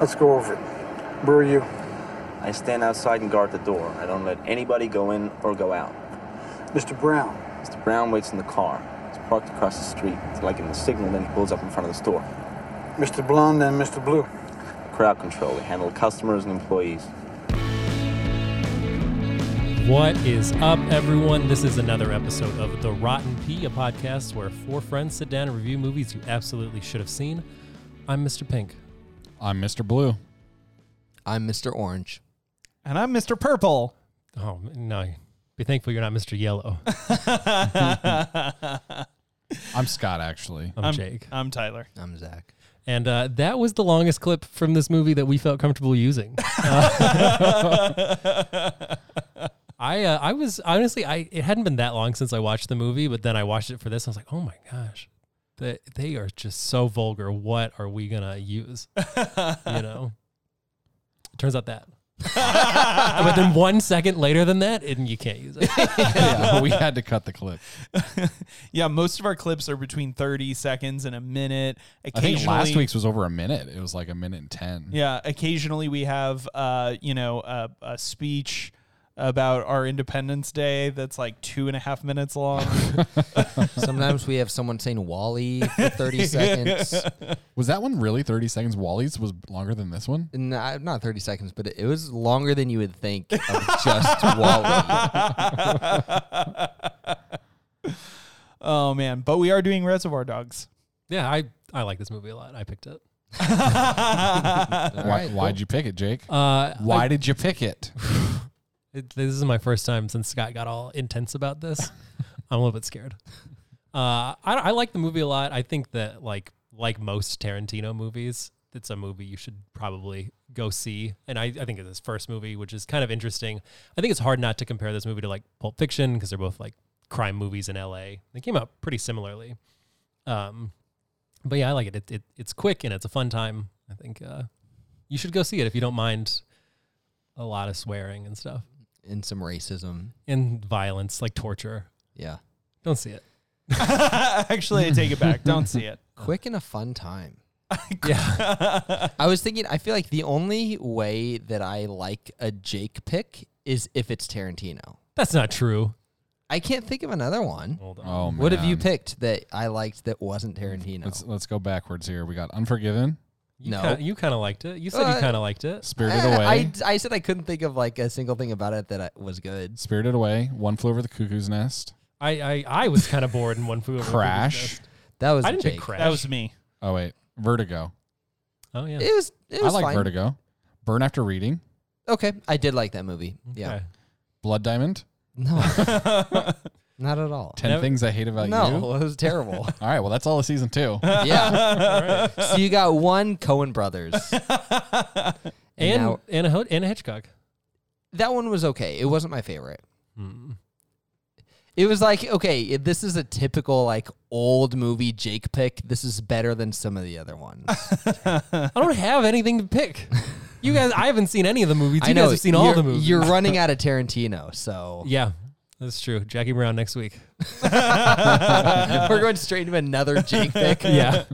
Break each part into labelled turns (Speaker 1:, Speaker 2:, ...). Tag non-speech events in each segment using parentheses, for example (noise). Speaker 1: Let's go over it. Where are you?
Speaker 2: I stand outside and guard the door. I don't let anybody go in or go out.
Speaker 1: Mr. Brown.
Speaker 2: Mr. Brown waits in the car. It's parked across the street. Till I give him the signal, then he pulls up in front of the store.
Speaker 1: Mr. Blonde and Mr. Blue.
Speaker 2: Crowd control. They handle customers and employees.
Speaker 3: What is up, everyone? This is another episode of The Rotten Pea, a podcast where four friends sit down and review movies you absolutely should have seen. I'm Mr. Pink.
Speaker 4: I'm Mr. Blue.
Speaker 5: I'm Mr. Orange.
Speaker 6: And I'm Mr. Purple.
Speaker 3: Oh, no. Be thankful you're not Mr. Yellow.
Speaker 4: I'm Scott, actually.
Speaker 3: I'm, Jake.
Speaker 6: I'm Tyler.
Speaker 5: I'm Zach.
Speaker 3: And uh, that was the longest clip from this movie that we felt comfortable using. (laughs) I uh, I was honestly I it hadn't been that long since I watched the movie, but then I watched it for this. And I was like, oh my gosh, they they are just so vulgar. What are we gonna use? you know, it turns out that. (laughs) but then one second later than that, and you can't use it.
Speaker 4: yeah, (laughs) we had to cut the clip.
Speaker 6: Yeah, most of our clips are between 30 seconds and a minute.
Speaker 4: I
Speaker 6: Occasionally,
Speaker 4: think last week's was over a minute. It was like a minute and 10.
Speaker 6: Yeah, occasionally we have, uh, you know, a, a speech about our Independence Day that's like two and a half minutes long. (laughs)
Speaker 5: Sometimes we have someone saying Wally for 30 seconds.
Speaker 4: Was that one really 30 seconds? Wally's was longer than this one?
Speaker 5: No, not 30 seconds, but it was longer than you would think of just Wally.
Speaker 6: (laughs) oh, man. But we are doing Reservoir Dogs. (laughs)
Speaker 3: Yeah, I I like this movie a lot. I picked it.
Speaker 4: Why, Why'd you pick it, Jake?
Speaker 3: Uh,
Speaker 4: Why did you pick it?
Speaker 3: It, this is my first time since Scott got all intense about this. I'm a little bit scared. Uh, I, I like the movie a lot. I think that like like most Tarantino movies, it's a movie you should probably go see. And I, I think it's his first movie, which is kind of interesting. I think it's hard not to compare this movie to like Pulp Fiction because they're both like crime movies in L.A. They came out pretty similarly. Um, but yeah, I like it. It, it. It's quick and it's a fun time. I think uh, you should go see it if you don't mind a lot of swearing and stuff
Speaker 5: And some racism.
Speaker 3: and violence, like torture.
Speaker 5: Yeah.
Speaker 3: Don't see it.
Speaker 6: Actually, I take it back. Don't see it.
Speaker 5: Quick and a fun time.
Speaker 3: Yeah.
Speaker 5: I was thinking, I feel like the only way that I like a Jake pick is if it's Tarantino.
Speaker 3: That's not true.
Speaker 5: I can't think of another one.
Speaker 3: Hold on.
Speaker 4: Oh, man.
Speaker 5: What have you picked that I liked that wasn't Tarantino?
Speaker 4: Let's, let's go backwards here. We got Unforgiven,
Speaker 3: You
Speaker 5: no.
Speaker 3: Kinda, you kind of liked it. You said you
Speaker 5: Uh,
Speaker 3: kind of liked it.
Speaker 4: Spirited
Speaker 5: Eh, I-
Speaker 4: Away.
Speaker 5: I, I said I couldn't think of like a single thing about it that I, was good.
Speaker 4: Spirited Away, One Flew Over the Cuckoo's Nest,
Speaker 3: I I, I was kind of bored in one flew over the Cuckoo's
Speaker 4: Crash.
Speaker 3: Nest.
Speaker 5: That was
Speaker 3: I didn't
Speaker 5: Jake.
Speaker 3: pick Crash.
Speaker 6: That was me.
Speaker 4: Oh, wait. Vertigo.
Speaker 3: Oh yeah.
Speaker 5: It was. It
Speaker 4: I
Speaker 5: was
Speaker 4: like
Speaker 5: fine.
Speaker 4: Vertigo. Burn After Reading,
Speaker 5: Okay, I did like that movie. Yeah.
Speaker 3: Okay.
Speaker 4: Blood Diamond,
Speaker 5: (laughs) No,
Speaker 3: (laughs)
Speaker 5: not at all.
Speaker 4: 10
Speaker 3: Never-
Speaker 4: Things I Hate About
Speaker 5: no,
Speaker 4: You.
Speaker 5: it
Speaker 4: (laughs)
Speaker 5: was terrible.
Speaker 4: All right. Well, that's all of season two.
Speaker 5: yeah.
Speaker 3: (laughs)
Speaker 5: So you got one Cohen Brothers.
Speaker 3: And
Speaker 5: now-
Speaker 3: Anna Ho- Anna Hitchcock.
Speaker 5: That one was okay. It wasn't my favorite.
Speaker 3: Hmm.
Speaker 5: It was like okay, this is a typical like old movie Jake pick. This is better than some of the other ones.
Speaker 3: I don't have anything to
Speaker 5: (laughs)
Speaker 3: pick. You guys, I haven't seen any of the movies. (laughs) You
Speaker 5: I know
Speaker 3: guys have seen all
Speaker 5: you're-
Speaker 3: the movies.
Speaker 5: You're
Speaker 3: (laughs)
Speaker 5: running out of Tarantino, so
Speaker 3: yeah, that's true. Jackie Brown next week.
Speaker 5: (laughs) we're going straight to
Speaker 3: (laughs)
Speaker 5: another Jake pick.
Speaker 3: Yeah.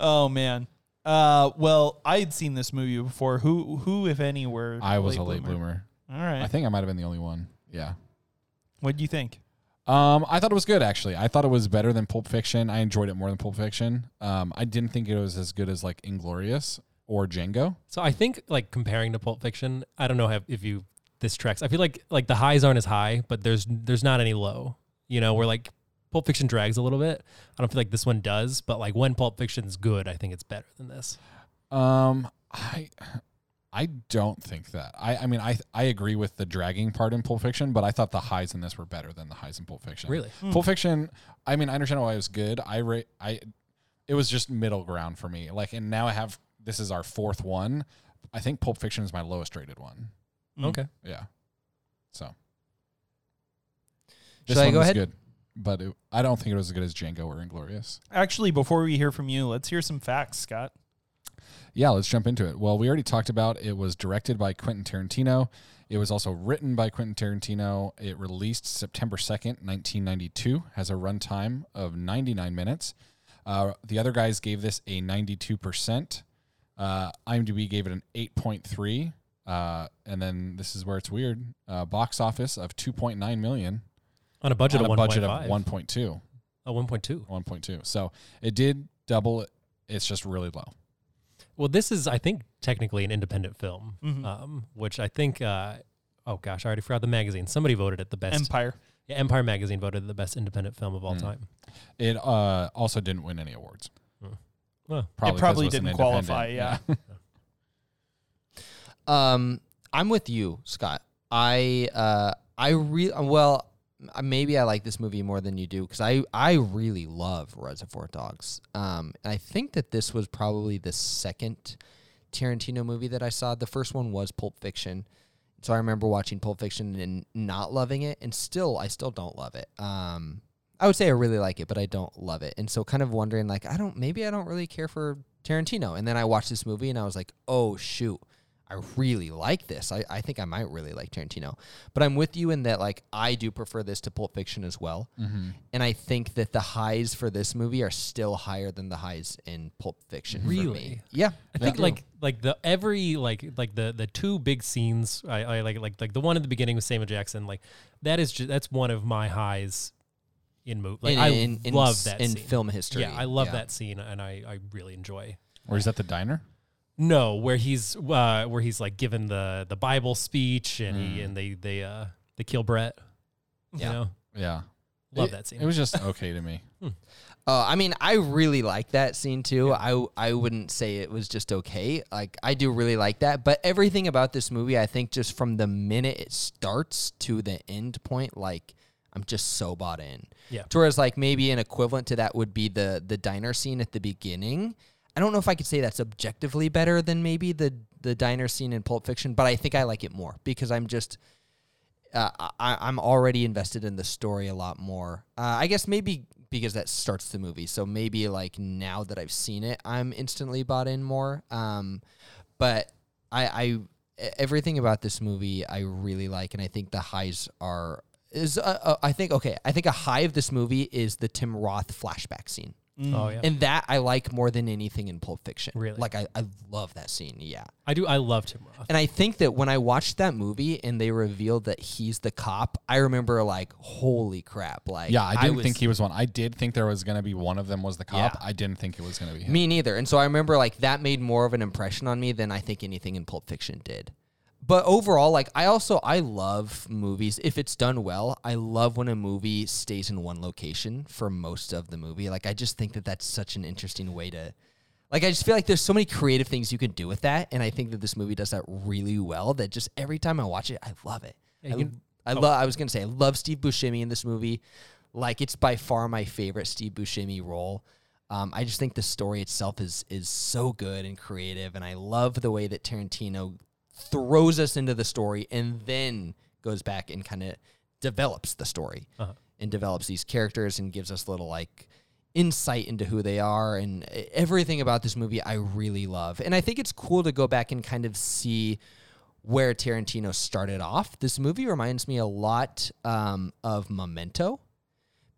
Speaker 6: Oh, man. Uh, well, I had seen this movie before. Who, who, if any, were
Speaker 4: I was a late bloomer.
Speaker 6: All right.
Speaker 4: I think I might have been the only one. Yeah.
Speaker 6: what do you think?
Speaker 4: Um, I thought it was good actually. I thought it was better than Pulp Fiction. I enjoyed it more than Pulp Fiction. Um, I didn't think it was as good as like Inglorious or Django.
Speaker 3: So I think like comparing to Pulp Fiction, I don't know if, if you this tracks. I feel like like the highs aren't as high, but there's there's not any low. You know, where like Pulp Fiction drags a little bit. I don't feel like this one does, but like when Pulp Fiction's good, I think it's better than this.
Speaker 4: Um, I I don't think that. I I mean I I agree with the dragging part in Pulp Fiction, but I thought the highs in this were better than the highs in Pulp Fiction.
Speaker 3: Really?
Speaker 4: Pulp Fiction. I mean I understand why it was good. I ra- I it was just middle ground for me. Like and now I have this is our fourth one. I think Pulp Fiction is my lowest rated one.
Speaker 3: Okay.
Speaker 4: Yeah. So.
Speaker 5: Should I go
Speaker 4: was
Speaker 5: ahead?
Speaker 4: Good, but it, I don't think it was as good as Django or Inglorious.
Speaker 6: Actually, before we hear from you, let's hear some facts, Scott.
Speaker 4: Yeah, let's jump into it. Well, we already talked about it was directed by Quentin Tarantino. It was also written by Quentin Tarantino. It released September 2nd, 1992, has a runtime of 99 minutes. Uh, the other guys gave this a 92%. Uh, IMDb gave it an 8.3. Uh, and then this is where it's weird. Uh, box office of 2.9 million
Speaker 3: on a budget
Speaker 4: on
Speaker 3: of
Speaker 4: a
Speaker 3: one point
Speaker 4: budget of
Speaker 3: five.
Speaker 4: 1.2.
Speaker 3: Oh, 1.2.
Speaker 4: 1.2. So it did double. It's just really low.
Speaker 3: Well, this is, I think, technically an independent film,
Speaker 4: Mm-hmm.
Speaker 3: um, which I think, uh, oh gosh, I already forgot the magazine. Somebody voted it the best.
Speaker 6: Empire.
Speaker 3: Yeah, Empire magazine voted it the best independent film of all
Speaker 4: Mm.
Speaker 3: time.
Speaker 4: It uh, also didn't win any awards.
Speaker 3: Oh.
Speaker 4: Probably 'cause
Speaker 6: it probably
Speaker 4: was an
Speaker 6: didn't
Speaker 4: independent.
Speaker 6: qualify. Yeah.
Speaker 5: Um, I'm with you, Scott. I uh, I re well, m- maybe I like this movie more than you do because I I really love Reservoir Dogs. Um, and I think that this was probably the second Tarantino movie that I saw. The first one was Pulp Fiction, so I remember watching Pulp Fiction and not loving it, and still I still don't love it. Um, I would say I really like it, but I don't love it, and so kind of wondering like I don't maybe I don't really care for Tarantino, and then I watched this movie and I was like, oh shoot. I really like this. I, I think I might really like Tarantino. But I'm with you in that like I do prefer this to Pulp Fiction as well.
Speaker 3: Mm-hmm.
Speaker 5: And I think that the highs for this movie are still higher than the highs in Pulp Fiction. for me.
Speaker 3: Really?
Speaker 5: Yeah.
Speaker 3: I think like like the every like like the the two big scenes I, I like like like the one at the beginning with Samuel Jackson like that is just that's one of my highs in movie like
Speaker 5: in,
Speaker 3: I
Speaker 5: in- in
Speaker 3: love
Speaker 5: s-
Speaker 3: that
Speaker 5: in
Speaker 3: scene.
Speaker 5: film history.
Speaker 3: yeah I love that scene and I I really enjoy
Speaker 4: Or is that the diner?
Speaker 3: no where he's uh where he's like given the the Bible speech and he and they they uh they kill Brett
Speaker 5: Mm. Yeah.
Speaker 3: you know
Speaker 4: Yeah.
Speaker 3: love
Speaker 4: It-
Speaker 3: that scene
Speaker 4: It was just okay to me.
Speaker 5: Uh, I mean, I really like that scene too. I I wouldn't say it was just okay. Like I do really like that, but everything about this movie, I think, just from the minute it starts to the end point, like I'm just so bought in.
Speaker 3: Yeah.
Speaker 5: To Whereas, like maybe an equivalent to that would be the the diner scene at the beginning. I don't know if I could say that's objectively better than maybe the the diner scene in Pulp Fiction, but I think I like it more because I'm just uh, I, I'm already invested in the story a lot more. Uh, I guess maybe because that starts the movie, so maybe like now that I've seen it, I'm instantly bought in more. Um, but I, I e- everything about this movie I really like, and I think the highs are is uh, uh, I think okay. I think a high of this movie is the Tim Roth flashback scene.
Speaker 3: oh yeah
Speaker 5: And that I like more than anything in Pulp Fiction.
Speaker 3: Really?
Speaker 5: Like, I, I love that scene. Yeah.
Speaker 3: I do I love Tim Roth
Speaker 5: And I think that when I watched that movie and they revealed that he's the cop, I remember like, holy crap! Like,
Speaker 4: Yeah, I didn't
Speaker 5: was-
Speaker 4: think he was one. I did think there was going to be one of them was the cop.
Speaker 5: Yeah.
Speaker 4: I didn't think it was going to be him.
Speaker 5: Me neither. And so I remember like that made more of an impression on me than I think anything in Pulp Fiction did. But overall, like I also I love movies if it's done well. I love when a movie stays in one location for most of the movie. Like I just think that that's such an interesting way to like I just feel like there's so many creative things you can do with that and I think that this movie does that really well that just every time I watch it, I love it. I, I love I was going to say I love Steve Buscemi in this movie. Like it's by far my favorite Steve Buscemi role. Um, I just think the story itself is is so good and creative, and I love the way that Tarantino throws us into the story and then goes back and kind of develops the story and develops these characters and gives us little like insight into who they are and e- everything about this movie I really love. And I think it's cool to go back and kind of see where Tarantino started off. This movie reminds me a lot um, of Memento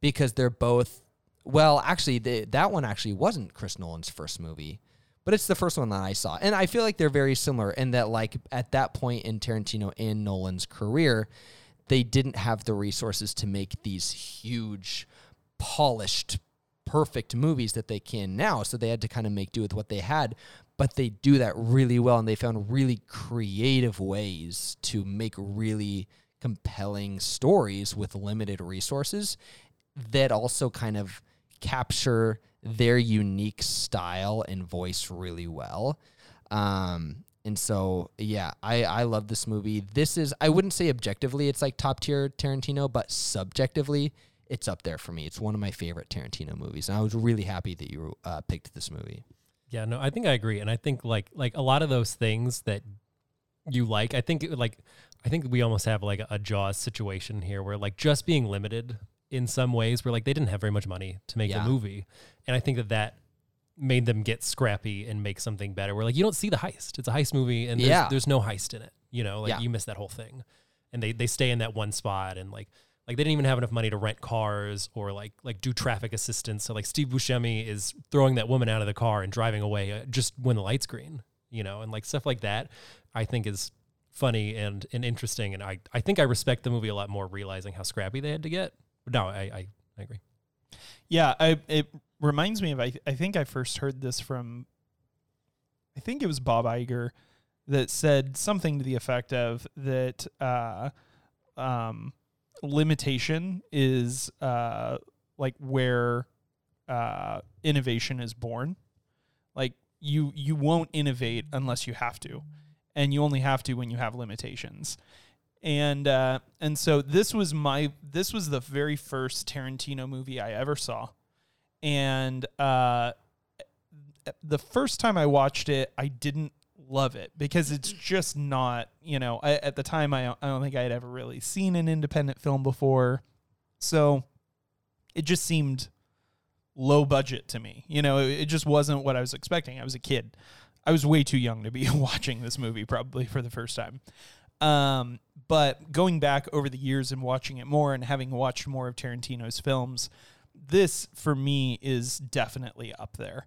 Speaker 5: because they're both well actually the, that one actually wasn't chris nolan's first movie but it's the first one that i saw and i feel like they're very similar in that like at that point in tarantino and nolan's career they didn't have the resources to make these huge polished perfect movies that they can now so they had to kind of make do with what they had but they do that really well and they found really creative ways to make really compelling stories with limited resources that also kind of capture their unique style and voice really well. Um, and so, yeah, I, I love this movie. This is, I wouldn't say objectively it's like top tier Tarantino, but subjectively, it's up there for me. It's one of my favorite Tarantino movies. And I was really happy that you uh, picked this movie.
Speaker 3: Yeah, no, I think I agree, and I think like like a lot of those things that you like, I think it, like I think we almost have like a, Jaws situation here, where like just being limited in some ways, where like they didn't have very much money to make
Speaker 5: Yeah.
Speaker 3: a movie, and I think that that made them get scrappy and make something better. Where like you don't see the heist; it's a heist movie, and there's,
Speaker 5: Yeah.
Speaker 3: there's no heist in it. You know, like
Speaker 5: Yeah.
Speaker 3: you miss that whole thing, and they they stay in that one spot, and like like they didn't even have enough money to rent cars or like like do traffic assistance. So like Steve Buscemi is throwing that woman out of the car and driving away uh, just when the lights green. you know, and like stuff like that. I think is funny and and interesting, and I I think I respect the movie a lot more realizing how scrappy they had to get. No, I I, I agree.
Speaker 6: Yeah, I, it reminds me of I, I think I first heard this from I think it was Bob Iger that said something to the effect of that uh, um, limitation is uh, like where uh, innovation is born. Like you you won't innovate unless you have to, and you only have to when you have limitations. And uh, and so this was my this was the very first Tarantino movie I ever saw, and uh, the first time I watched it, I didn't love it because it's just not, you know, I, at the time, I, I don't think I had ever really seen an independent film before. So it just seemed low budget to me. You know, it, it just wasn't what I was expecting. I was a kid. I was way too young to be (laughs) watching this movie probably for the first time. Um, but going back over the years and watching it more and having watched more of Tarantino's films, this for me is definitely up there.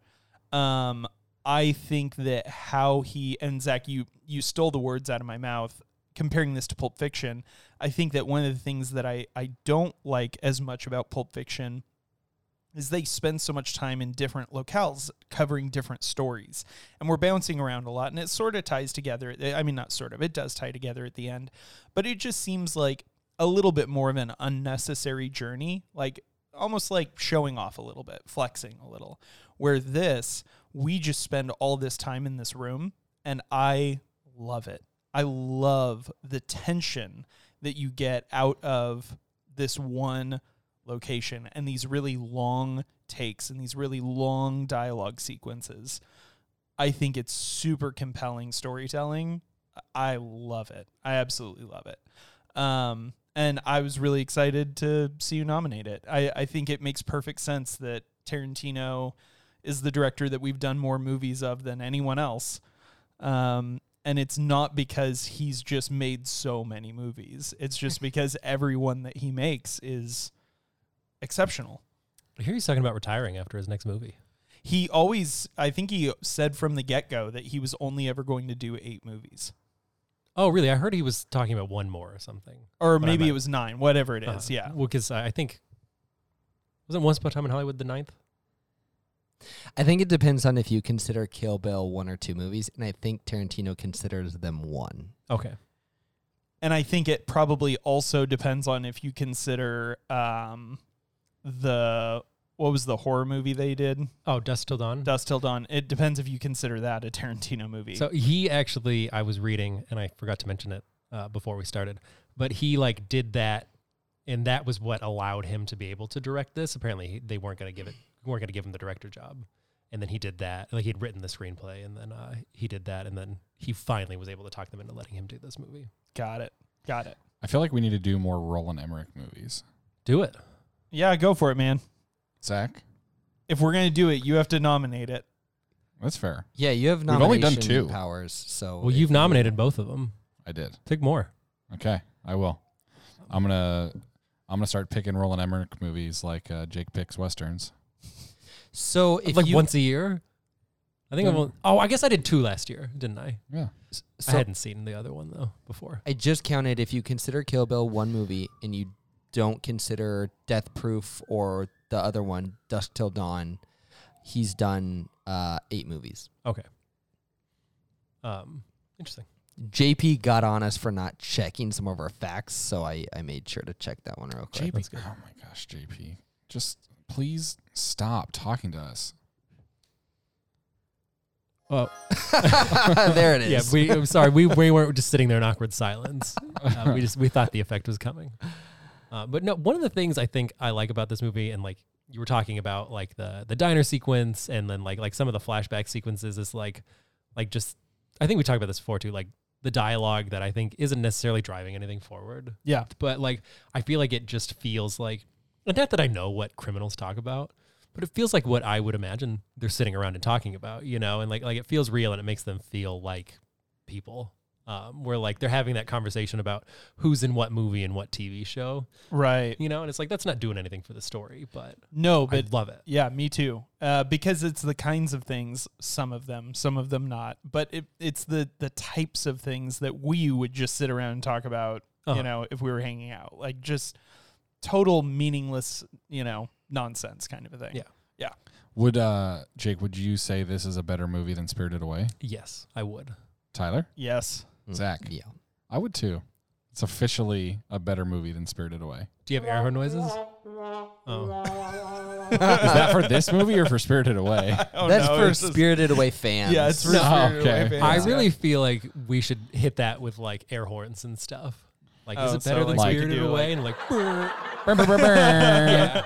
Speaker 6: Um, I think that how he and Zach, you you stole the words out of my mouth comparing this to Pulp Fiction. I think that one of the things that I I don't like as much about Pulp Fiction is they spend so much time in different locales covering different stories and we're bouncing around a lot and it sort of ties together eh, i mean not sort of it does tie together at the end but it just seems like a little bit more of an unnecessary journey like almost like showing off a little bit flexing a little where this we just spend all this time in this room and i love it i love the tension that you get out of this one location and these really long takes and these really long dialogue sequences. I think it's super compelling storytelling. I love it. I absolutely love it. Um, and I was really excited to see you nominate it. I, I think it makes perfect sense that Tarantino is the director that we've done more movies of than anyone else. Um, and it's not because he's just made so many movies. It's just because everyone that he makes is exceptional.
Speaker 3: I hear he's talking about retiring after his next movie.
Speaker 6: He always, I think he said from the get go that he was only ever going to do eight movies,
Speaker 3: Oh, really? I heard he was talking about one more or something.
Speaker 6: or
Speaker 3: But I
Speaker 6: maybe
Speaker 3: might-
Speaker 6: it was nine, whatever it is.
Speaker 3: Uh,
Speaker 6: Yeah,
Speaker 3: Well, because I I think wasn't Once Upon a Time in Hollywood the ninth?
Speaker 5: I think it depends on if you consider Kill Bill one or two movies, and I think Tarantino considers them one.
Speaker 3: Okay.
Speaker 6: and I think it probably also depends on if you consider um, the what was the horror movie they did,
Speaker 3: Oh, Dust Till Dawn.
Speaker 6: Dust Till Dawn. It depends if you consider that a Tarantino movie.
Speaker 3: So he actually, I was reading, and I forgot to mention it uh, before we started, but he like did that, and that was what allowed him to be able to direct this. Apparently, he, they weren't going to give it, weren't going to give him the director job, and then he did that. Like he'd written the screenplay, and then uh, he did that, and then he finally was able to talk them into letting him do this movie.
Speaker 6: got it, got it.
Speaker 4: I feel like we need to do more Roland Emmerich movies.
Speaker 3: Do it.
Speaker 6: Yeah, go for it, man.
Speaker 4: Zach,
Speaker 6: If we're gonna do it, you have to nominate it.
Speaker 4: that's fair.
Speaker 5: Yeah, you have
Speaker 4: only
Speaker 5: nomination
Speaker 4: done two.
Speaker 5: powers. So
Speaker 3: Well,
Speaker 5: if
Speaker 3: you've
Speaker 5: you-
Speaker 3: nominated both of them.
Speaker 4: I did.
Speaker 3: Take more.
Speaker 4: Okay, I will. I'm gonna I'm gonna start picking Roland Emmerich movies like uh, Jake picks westerns.
Speaker 5: So if
Speaker 3: like
Speaker 5: you,
Speaker 3: once a year. I think
Speaker 4: Yeah.
Speaker 3: I'm. on- Oh, I guess I did two last year, didn't I?
Speaker 4: Yeah,
Speaker 3: I
Speaker 5: so
Speaker 3: hadn't seen the other one though before.
Speaker 5: I just counted if you consider Kill Bill one movie and you don't consider Death Proof or the other one, Dusk Till Dawn, he's done uh, eight movies.
Speaker 3: Okay. Um, interesting.
Speaker 5: JP got on us for not checking some of our facts, so I, I made sure to check that one real quick.
Speaker 4: JP. Oh my gosh, JP, just please stop talking to us.
Speaker 3: Well,
Speaker 5: (laughs) there it
Speaker 3: yeah.
Speaker 5: is.
Speaker 3: We. I'm sorry. We, we weren't just sitting there in awkward (laughs) silence. Uh, we just we thought the effect was coming. Uh, but no, one of the things I think I like about this movie, and like you were talking about, like the the diner sequence, and then like like some of the flashback sequences, is like like just I think we talked about this before too, like the dialogue that I think isn't necessarily driving anything forward.
Speaker 6: Yeah.
Speaker 3: but like I feel like it just feels like and not that I know what criminals talk about, but it feels like what I would imagine they're sitting around and talking about, you know, and like like it feels real and it makes them feel like people. um, where like they're having that conversation about who's in what movie and what TV show,
Speaker 6: Right.
Speaker 3: you know, and it's like that's not doing anything for the story, but
Speaker 6: No,
Speaker 3: I
Speaker 6: but
Speaker 3: love it.
Speaker 6: yeah, me too. Uh, because it's the kinds of things, some of them, some of them not, but it, it's the the types of things that we would just sit around and talk about,
Speaker 3: Uh-huh.
Speaker 6: you know, if we were hanging out, like just total meaningless, you know, nonsense kind of a thing.
Speaker 3: Yeah.
Speaker 4: Would uh, Jake? Would you say this is a better movie than Spirited Away?
Speaker 3: Yes, I would.
Speaker 4: Tyler,
Speaker 6: Yes.
Speaker 4: Zach,
Speaker 5: Yeah.
Speaker 4: I would too. It's officially a better movie than Spirited Away.
Speaker 3: Do you have air horn noises? Oh,
Speaker 4: Is that for this movie or for Spirited Away?
Speaker 6: Oh,
Speaker 5: That's
Speaker 6: no,
Speaker 5: for
Speaker 6: it's just-
Speaker 5: Spirited Away fans.
Speaker 6: Yeah, it's for
Speaker 4: No,
Speaker 6: Spirited Away
Speaker 4: okay.
Speaker 6: fans,
Speaker 3: I
Speaker 6: yeah.
Speaker 3: really feel like we should hit that with like air horns and stuff. Like, is
Speaker 6: Oh,
Speaker 3: it better
Speaker 6: so,
Speaker 3: than
Speaker 6: like, we could
Speaker 3: Spirited
Speaker 6: do,
Speaker 3: Away? and like, brr.
Speaker 4: Brr, brr, brr, brr.
Speaker 3: yeah.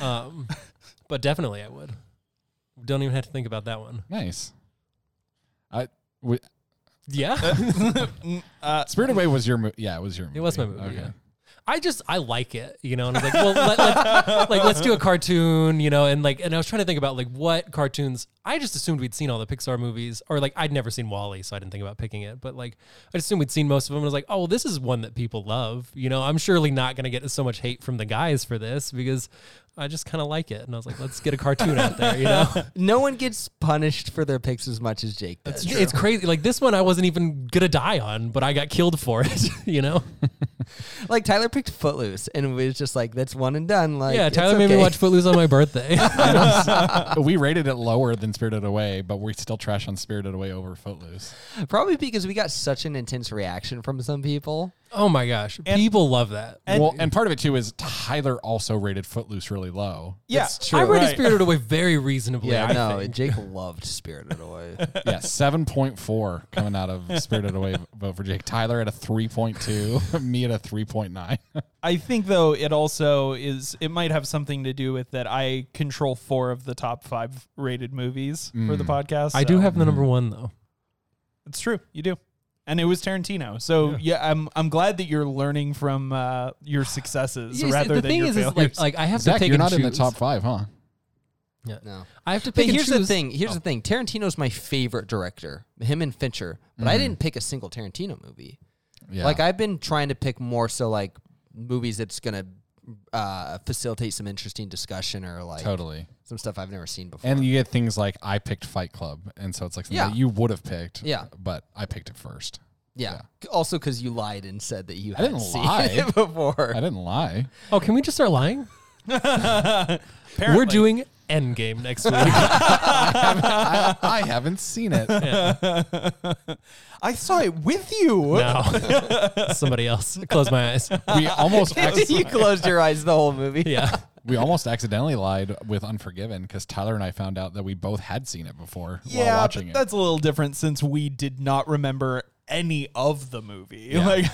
Speaker 3: um, (laughs) but definitely I would. Don't even have to think about that one.
Speaker 4: Nice. I w-
Speaker 3: Yeah.
Speaker 6: Uh,
Speaker 4: Spirited Away was your movie. Yeah, it was your movie.
Speaker 3: It was my movie. Yeah. I just I like it, you know, and I was like, well, let, let's, like let's do a cartoon, you know, and like, and I was trying to think about like what cartoons. I just assumed we'd seen all the Pixar movies, or like I'd never seen Wally, so I didn't think about picking it. But like, I just assumed we'd seen most of them. And I was like, oh, well, this is one that people love, you know. I'm surely not gonna get so much hate from the guys for this because I just kind of like it, and I was like, let's get a cartoon out there, you know.
Speaker 5: No one gets punished for their picks as much as Jake does.
Speaker 3: It's crazy. Like this one, I wasn't even gonna die on, but I got killed for it, (laughs) you know.
Speaker 5: Like Tyler picked Footloose, and it was just like that's one and done. Like
Speaker 3: yeah,
Speaker 5: it's
Speaker 3: Tyler made me
Speaker 5: okay.
Speaker 3: watch Footloose on my birthday. (laughs)
Speaker 4: But we rated it lower than Spirited Away, but we still trash on Spirited Away over Footloose.
Speaker 5: probably because we got such an intense reaction from some people.
Speaker 3: Oh my gosh. People love that.
Speaker 4: well, and part of it too is Tyler also rated Footloose really low.
Speaker 6: yeah,
Speaker 3: I rated
Speaker 6: Right.
Speaker 3: Spirited (laughs) Away very reasonably.
Speaker 5: (laughs) Yeah,
Speaker 3: I
Speaker 5: no,
Speaker 3: think.
Speaker 5: Jake loved Spirited (laughs) Away.
Speaker 4: Yeah, seven point four coming out of Spirited Away vote for Jake. Tyler at a three point two, (laughs) me at a three point nine.
Speaker 6: I think though it also is it might have something to do with that I control four of the top five rated movies for the podcast.
Speaker 3: I do
Speaker 6: so-
Speaker 3: have the
Speaker 4: Mm-hmm.
Speaker 3: number one though.
Speaker 6: It's true. You do. And it was Tarantino. So yeah, I'm I'm glad that you're learning from uh, your successes
Speaker 3: Yes,
Speaker 6: rather
Speaker 3: the
Speaker 6: than
Speaker 3: thing
Speaker 6: your
Speaker 3: is,
Speaker 6: failures.
Speaker 3: is like, like I have to
Speaker 4: Zach,
Speaker 3: pick
Speaker 4: you're
Speaker 3: and
Speaker 4: not in the
Speaker 3: choose.
Speaker 4: top five, huh?
Speaker 3: Yeah.
Speaker 5: No.
Speaker 3: I have to
Speaker 5: But
Speaker 3: pick and
Speaker 5: here's the
Speaker 3: choose.
Speaker 5: thing. Here's the thing. Tarantino's my favorite director, him and Fincher. But I didn't pick a single Tarantino movie.
Speaker 4: Yeah.
Speaker 5: Like I've been trying to pick more so like movies that's gonna uh, facilitate some interesting discussion or like
Speaker 4: totally.
Speaker 5: some stuff I've never seen before.
Speaker 4: And you get things like I picked Fight Club, and so it's like something
Speaker 5: Yeah.
Speaker 4: that you would have picked.
Speaker 5: Yeah.
Speaker 4: But I picked it first.
Speaker 5: yeah. Also because you lied and said that you
Speaker 4: I
Speaker 5: hadn't
Speaker 4: didn't
Speaker 5: seen
Speaker 4: lie.
Speaker 5: (laughs) it before.
Speaker 4: I didn't lie.
Speaker 3: Oh, can we just start lying? We're doing Endgame next week.
Speaker 4: I, I haven't seen it.
Speaker 6: I saw it with you.
Speaker 3: no. (laughs) Somebody else. Close my eyes.
Speaker 4: (laughs) We
Speaker 5: (laughs)
Speaker 4: almost ac-
Speaker 5: you closed your eyes the whole (laughs) movie.
Speaker 3: Yeah.
Speaker 4: we almost accidentally lied with Unforgiven because Tyler and I found out that we both had seen it before
Speaker 6: Yeah,
Speaker 4: while watching
Speaker 6: but
Speaker 4: it.
Speaker 6: that's a little different since we did not remember any of the movie. (laughs) Like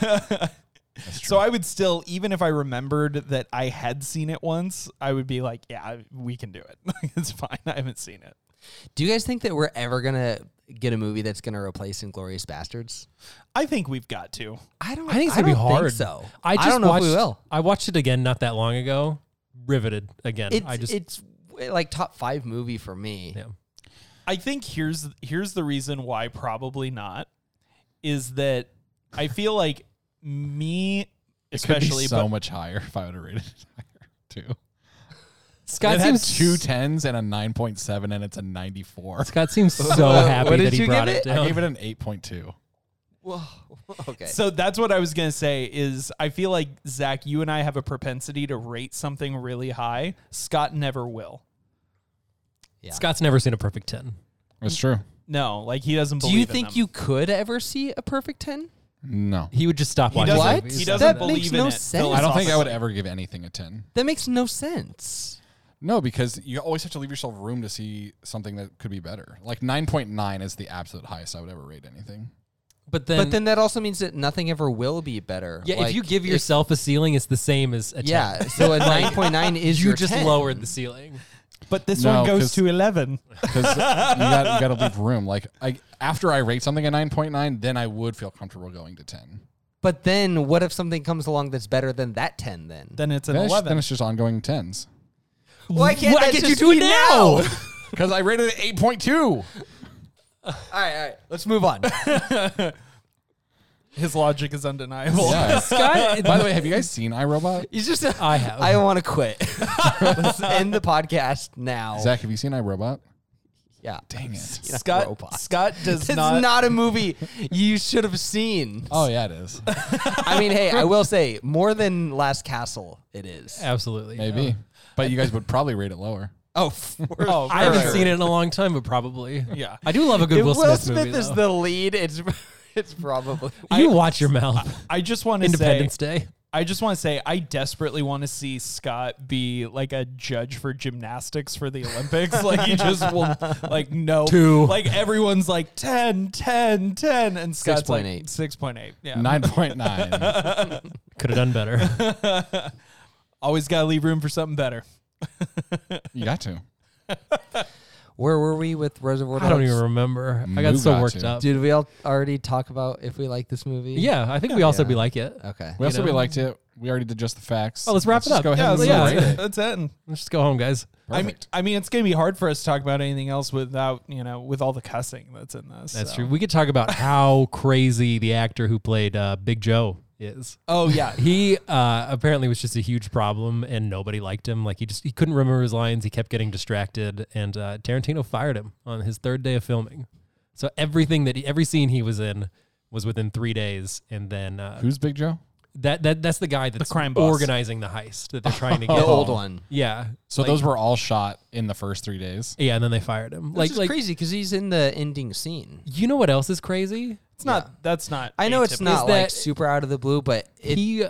Speaker 6: So I would still, even if I remembered that I had seen it once, I would be like, "Yeah, we can do it. (laughs) it's fine. I haven't seen it."
Speaker 5: Do you guys think that we're ever gonna get a movie that's gonna replace Inglorious Bastards?
Speaker 6: I think we've got to.
Speaker 5: I don't.
Speaker 3: I think it's gonna be
Speaker 5: don't think
Speaker 3: hard.
Speaker 5: so
Speaker 3: I just
Speaker 5: don't know
Speaker 3: watched
Speaker 5: if we will.
Speaker 3: I watched it again not that long ago. Riveted again.
Speaker 5: It's
Speaker 3: I just
Speaker 5: it's eh, like top five movie for me.
Speaker 3: yeah.
Speaker 6: I think here's here's the reason why probably not is that I feel like me
Speaker 4: It could be
Speaker 6: especially
Speaker 4: so
Speaker 6: but
Speaker 4: much higher if I would have rated it (laughs) higher too.
Speaker 3: Scott
Speaker 4: it had
Speaker 3: seems
Speaker 5: (laughs)
Speaker 4: two tens and a nine point seven, and it's a ninety four.
Speaker 3: Scott seems so happy
Speaker 5: What
Speaker 3: that
Speaker 5: did
Speaker 3: he
Speaker 5: you
Speaker 3: brought
Speaker 5: give
Speaker 3: it
Speaker 5: it?
Speaker 3: down.
Speaker 4: I gave it an eight point two.
Speaker 5: Whoa. Okay.
Speaker 6: so that's what I was gonna say is I feel like Zach, you and I have a propensity to rate something really high. Scott never will.
Speaker 5: Yeah.
Speaker 3: Scott's never seen a perfect ten.
Speaker 4: That's true.
Speaker 6: No, like he doesn't.
Speaker 5: Do
Speaker 6: believe
Speaker 5: you
Speaker 6: in
Speaker 5: think
Speaker 6: them.
Speaker 5: you could ever see a perfect ten?
Speaker 4: No,
Speaker 3: He would just stop
Speaker 6: He
Speaker 3: watching.
Speaker 6: doesn't,
Speaker 5: What?
Speaker 6: He
Speaker 3: movies.
Speaker 6: doesn't
Speaker 5: That
Speaker 6: believe
Speaker 5: makes
Speaker 6: in
Speaker 5: no
Speaker 6: it.
Speaker 5: sense.
Speaker 6: till
Speaker 4: I don't
Speaker 6: it's
Speaker 4: think I
Speaker 6: awesome.
Speaker 4: would ever give anything a ten.
Speaker 5: That makes no sense.
Speaker 4: No, because you always have to leave yourself room to see something that could be better. Like nine point nine is the absolute highest I would ever rate anything.
Speaker 3: But then,
Speaker 5: but then that also means that nothing ever will be better.
Speaker 3: yeah,
Speaker 5: Like,
Speaker 3: if you give yourself a ceiling, it's the same as a 10.
Speaker 5: yeah,
Speaker 3: (laughs)
Speaker 5: so a nine point nine is
Speaker 3: you
Speaker 5: your
Speaker 3: just
Speaker 5: 10.
Speaker 3: lowered the ceiling.
Speaker 6: But this
Speaker 4: No,
Speaker 6: one goes
Speaker 4: 'cause-
Speaker 6: to eleven.
Speaker 4: Because you got you got to leave room. Like I, after I rate something a nine point nine, then I would feel comfortable going to ten.
Speaker 5: But then what if something comes along that's better than that ten? Then,
Speaker 6: Then it's an
Speaker 4: Then it's, then
Speaker 6: eleven.
Speaker 4: it's just ongoing tens.
Speaker 5: why can't
Speaker 3: Why
Speaker 5: that
Speaker 3: can't you
Speaker 5: just
Speaker 3: do it
Speaker 5: be
Speaker 3: now?
Speaker 4: Because I rated it eight point two.
Speaker 5: (laughs) All right, all right. Let's
Speaker 3: (laughs)
Speaker 5: move on.
Speaker 6: His logic is undeniable.
Speaker 4: Yeah.
Speaker 3: Guy,
Speaker 4: By the way, have you guys seen iRobot?
Speaker 5: He's just.
Speaker 3: I have.
Speaker 5: I want to quit. Let's end the podcast now.
Speaker 4: Zach, have you seen iRobot?
Speaker 5: Yeah.
Speaker 4: Dang it.
Speaker 5: Scott-
Speaker 6: Scott Scott does
Speaker 5: It's
Speaker 6: not,
Speaker 5: not, a movie you should have seen.
Speaker 4: Oh yeah, it is.
Speaker 5: I mean, hey, I will say more than Last Castle, it is.
Speaker 3: absolutely.
Speaker 4: Maybe. But you guys would probably rate it lower.
Speaker 5: Oh, for
Speaker 6: Oh,
Speaker 3: I haven't seen it in a long time, but probably.
Speaker 6: Yeah.
Speaker 3: I do love a good
Speaker 5: if
Speaker 3: Will Smith, movie.
Speaker 5: is
Speaker 3: though.
Speaker 5: the lead. It's (laughs) it's probably
Speaker 3: you watch
Speaker 5: (laughs)
Speaker 3: your mouth.
Speaker 6: I just want to say
Speaker 3: Independence Day.
Speaker 6: I just want to say I desperately want to see Scott be like a judge for gymnastics for the Olympics. (laughs) like he just will like no
Speaker 3: Two.
Speaker 6: Like everyone's like 10, 10, 10 and Scott's like
Speaker 5: 6.8.
Speaker 6: 6.8. Yeah.
Speaker 4: 9.9.
Speaker 3: Could have done better.
Speaker 5: (laughs)
Speaker 6: Always got to leave room for something better.
Speaker 4: you got to.
Speaker 5: Where were we with Reservoir Dogs?
Speaker 3: I don't even remember. I got so
Speaker 4: Mugatu.
Speaker 3: worked up.
Speaker 5: Did we all already talk about if we like this movie?
Speaker 3: Yeah, I think we also
Speaker 5: Yeah.
Speaker 3: be like it.
Speaker 5: Okay.
Speaker 4: We also
Speaker 3: know?
Speaker 4: we liked it. We already did just the facts.
Speaker 3: Oh, let's wrap it
Speaker 4: just
Speaker 3: up.
Speaker 4: Go ahead
Speaker 3: Yeah,
Speaker 4: and
Speaker 3: let's-
Speaker 4: yeah.
Speaker 3: yeah.
Speaker 4: rate it.
Speaker 6: That's it.
Speaker 3: Let's just go home, guys.
Speaker 6: I mean,
Speaker 4: Perfect.
Speaker 6: I mean, it's gonna be hard for us to talk about anything else without you know with all the cussing that's in this.
Speaker 3: That's
Speaker 6: so.
Speaker 3: true. We could talk
Speaker 5: (laughs)
Speaker 3: about how crazy the actor who played uh, Big Joe is.
Speaker 6: Oh yeah,
Speaker 3: (laughs) He uh, apparently was just a huge problem, and nobody liked him. Like he just he couldn't remember his lines. He kept getting distracted, and uh, Tarantino fired him on his third day of filming. So everything that he, every scene he was in was within three days, and then uh,
Speaker 4: Who's Big Joe?
Speaker 3: that that that's the guy that's
Speaker 6: crime boss.
Speaker 3: organizing the heist that they're trying to get.
Speaker 5: (laughs) The old one.
Speaker 3: Yeah.
Speaker 4: So
Speaker 3: Like-
Speaker 4: those were all shot in the first three days.
Speaker 3: Yeah, and then they fired him.
Speaker 5: Like,
Speaker 3: like like
Speaker 5: crazy because he's in the ending scene.
Speaker 3: you know what else is crazy?
Speaker 6: it's not. That's not.
Speaker 5: I know it's
Speaker 6: atypical.
Speaker 5: not like
Speaker 3: that-
Speaker 5: super out of the blue, but it,
Speaker 3: he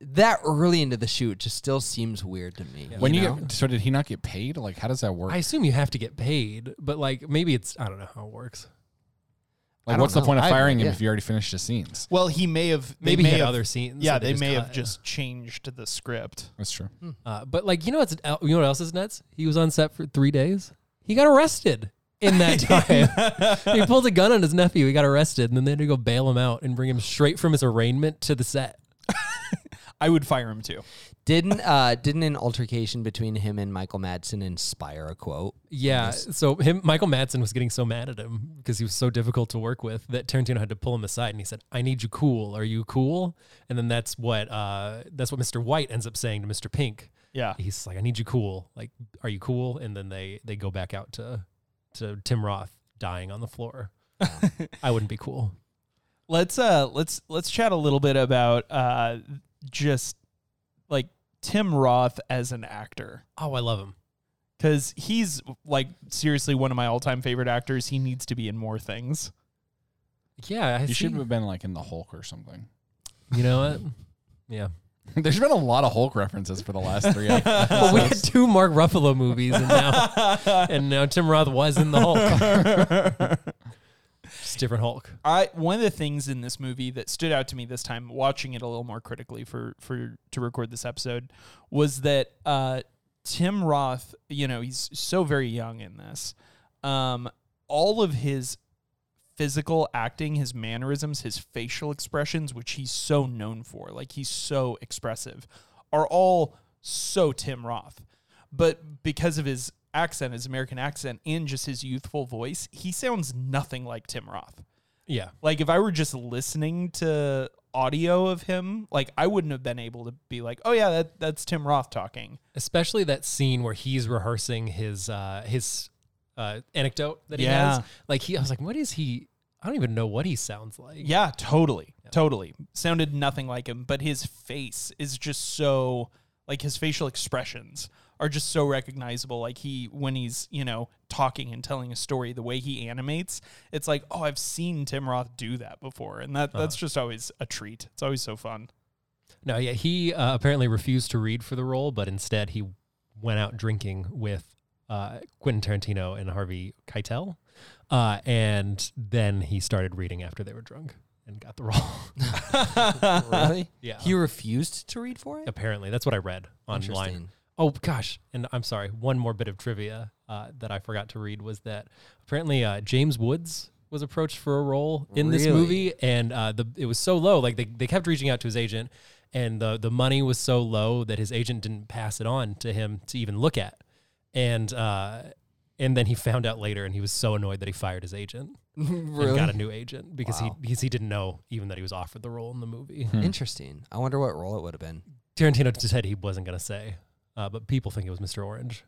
Speaker 5: that early into the shoot just still seems weird to me.
Speaker 4: When you,
Speaker 5: know?
Speaker 4: get, so did he not get paid? Like how does that work?
Speaker 3: I assume you have to get paid, but like maybe it's I don't know how it works.
Speaker 5: I
Speaker 4: like
Speaker 5: don't
Speaker 4: what's the
Speaker 5: know.
Speaker 4: point of
Speaker 5: I have no
Speaker 4: firing him
Speaker 5: idea.
Speaker 4: if you already finished his scenes?
Speaker 6: Well, he may have. They
Speaker 3: Maybe
Speaker 6: may
Speaker 3: he had
Speaker 6: have,
Speaker 3: other scenes
Speaker 6: Yeah,
Speaker 3: that they
Speaker 6: they may
Speaker 3: just
Speaker 6: have
Speaker 3: cut.
Speaker 6: just changed the script.
Speaker 4: That's true.
Speaker 3: Uh, but like you know what's you know what else is nuts? He was on set for three days. He got arrested in
Speaker 6: (laughs)
Speaker 3: that time. he pulled a gun on his nephew. He got arrested, and then they had to go bail him out and bring him straight from his arraignment to the set.
Speaker 6: I would fire him too.
Speaker 5: Didn't uh didn't an altercation between him and Michael Madsen inspire a quote?
Speaker 3: Yeah. So him, Michael Madsen was getting so mad at him because he was so difficult to work with that Tarantino had to pull him aside and he said, "I need you cool. Are you cool?" And then that's what uh, that's what Mr. White ends up saying to Mr. Pink.
Speaker 6: Yeah.
Speaker 3: He's like, "I need you cool. Like, are you cool?" And then they they go back out to to Tim Roth dying on the floor. I wouldn't be cool.
Speaker 6: Let's uh let's let's chat a little bit about uh just like Tim Roth as an actor.
Speaker 3: Oh, I love him.
Speaker 6: Cause he's like seriously one of my all-time favorite actors. He needs to be in more things.
Speaker 3: Yeah, I
Speaker 4: You
Speaker 3: see.
Speaker 4: should have been like in the Hulk or something. (laughs)
Speaker 3: You know what? Yeah.
Speaker 4: There's been a lot of Hulk references for the last three. episodes.
Speaker 3: Well, we had two Mark Ruffalo movies, and now
Speaker 6: (laughs)
Speaker 3: and now Tim Roth was in the Hulk.
Speaker 6: (laughs)
Speaker 3: It's different Hulk.
Speaker 6: I one of the things in this movie that stood out to me this time, watching it a little more critically for for to record this episode, was that uh, Tim Roth. You know, he's so very young in this. Um, all of his physical acting, his mannerisms, his facial expressions, which he's so known for, like he's so expressive, are all so Tim Roth. But because of his accent, his American accent, and just his youthful voice, he sounds nothing like Tim Roth.
Speaker 3: Yeah.
Speaker 6: Like if I were just listening to audio of him, like I wouldn't have been able to be like, "Oh yeah, that that's Tim Roth talking."
Speaker 3: especially that scene where he's rehearsing his uh his uh anecdote that he
Speaker 6: Yeah.
Speaker 3: has like he i was like what is he i don't even know what he sounds like
Speaker 6: Yeah, totally. Totally. Sounded nothing like him, but his face is just so like his facial expressions are just so recognizable like he when he's, you know, talking and telling a story, the way he animates, it's like, "Oh, I've seen Tim Roth do that before." And that that's just always a treat. It's always so fun.
Speaker 3: no yeah he uh, apparently refused to read for the role but instead he went out drinking with uh quentin tarantino and harvey keitel uh and then he started reading after they were drunk and got the role (laughs)
Speaker 5: really?
Speaker 3: Yeah.
Speaker 5: He refused to read for it.
Speaker 3: apparently that's what i read online
Speaker 5: Interesting.
Speaker 3: Oh gosh, and I'm sorry. One more bit of trivia uh, that I forgot to read was that apparently uh, James Woods was approached for a role in this
Speaker 5: Really?
Speaker 3: movie, and uh, the it was so low. Like they, they kept reaching out to his agent, and the the money was so low that his agent didn't pass it on to him to even look at, and uh, and then he found out later, and he was so annoyed that he fired his agent.
Speaker 5: really?
Speaker 3: and got a new agent because
Speaker 5: Wow.
Speaker 3: he because he didn't know even that he was offered the role in the movie.
Speaker 5: Interesting. I wonder what role it would have been.
Speaker 3: Tarantino just said he wasn't gonna say, uh, but people think it was Mr. Orange.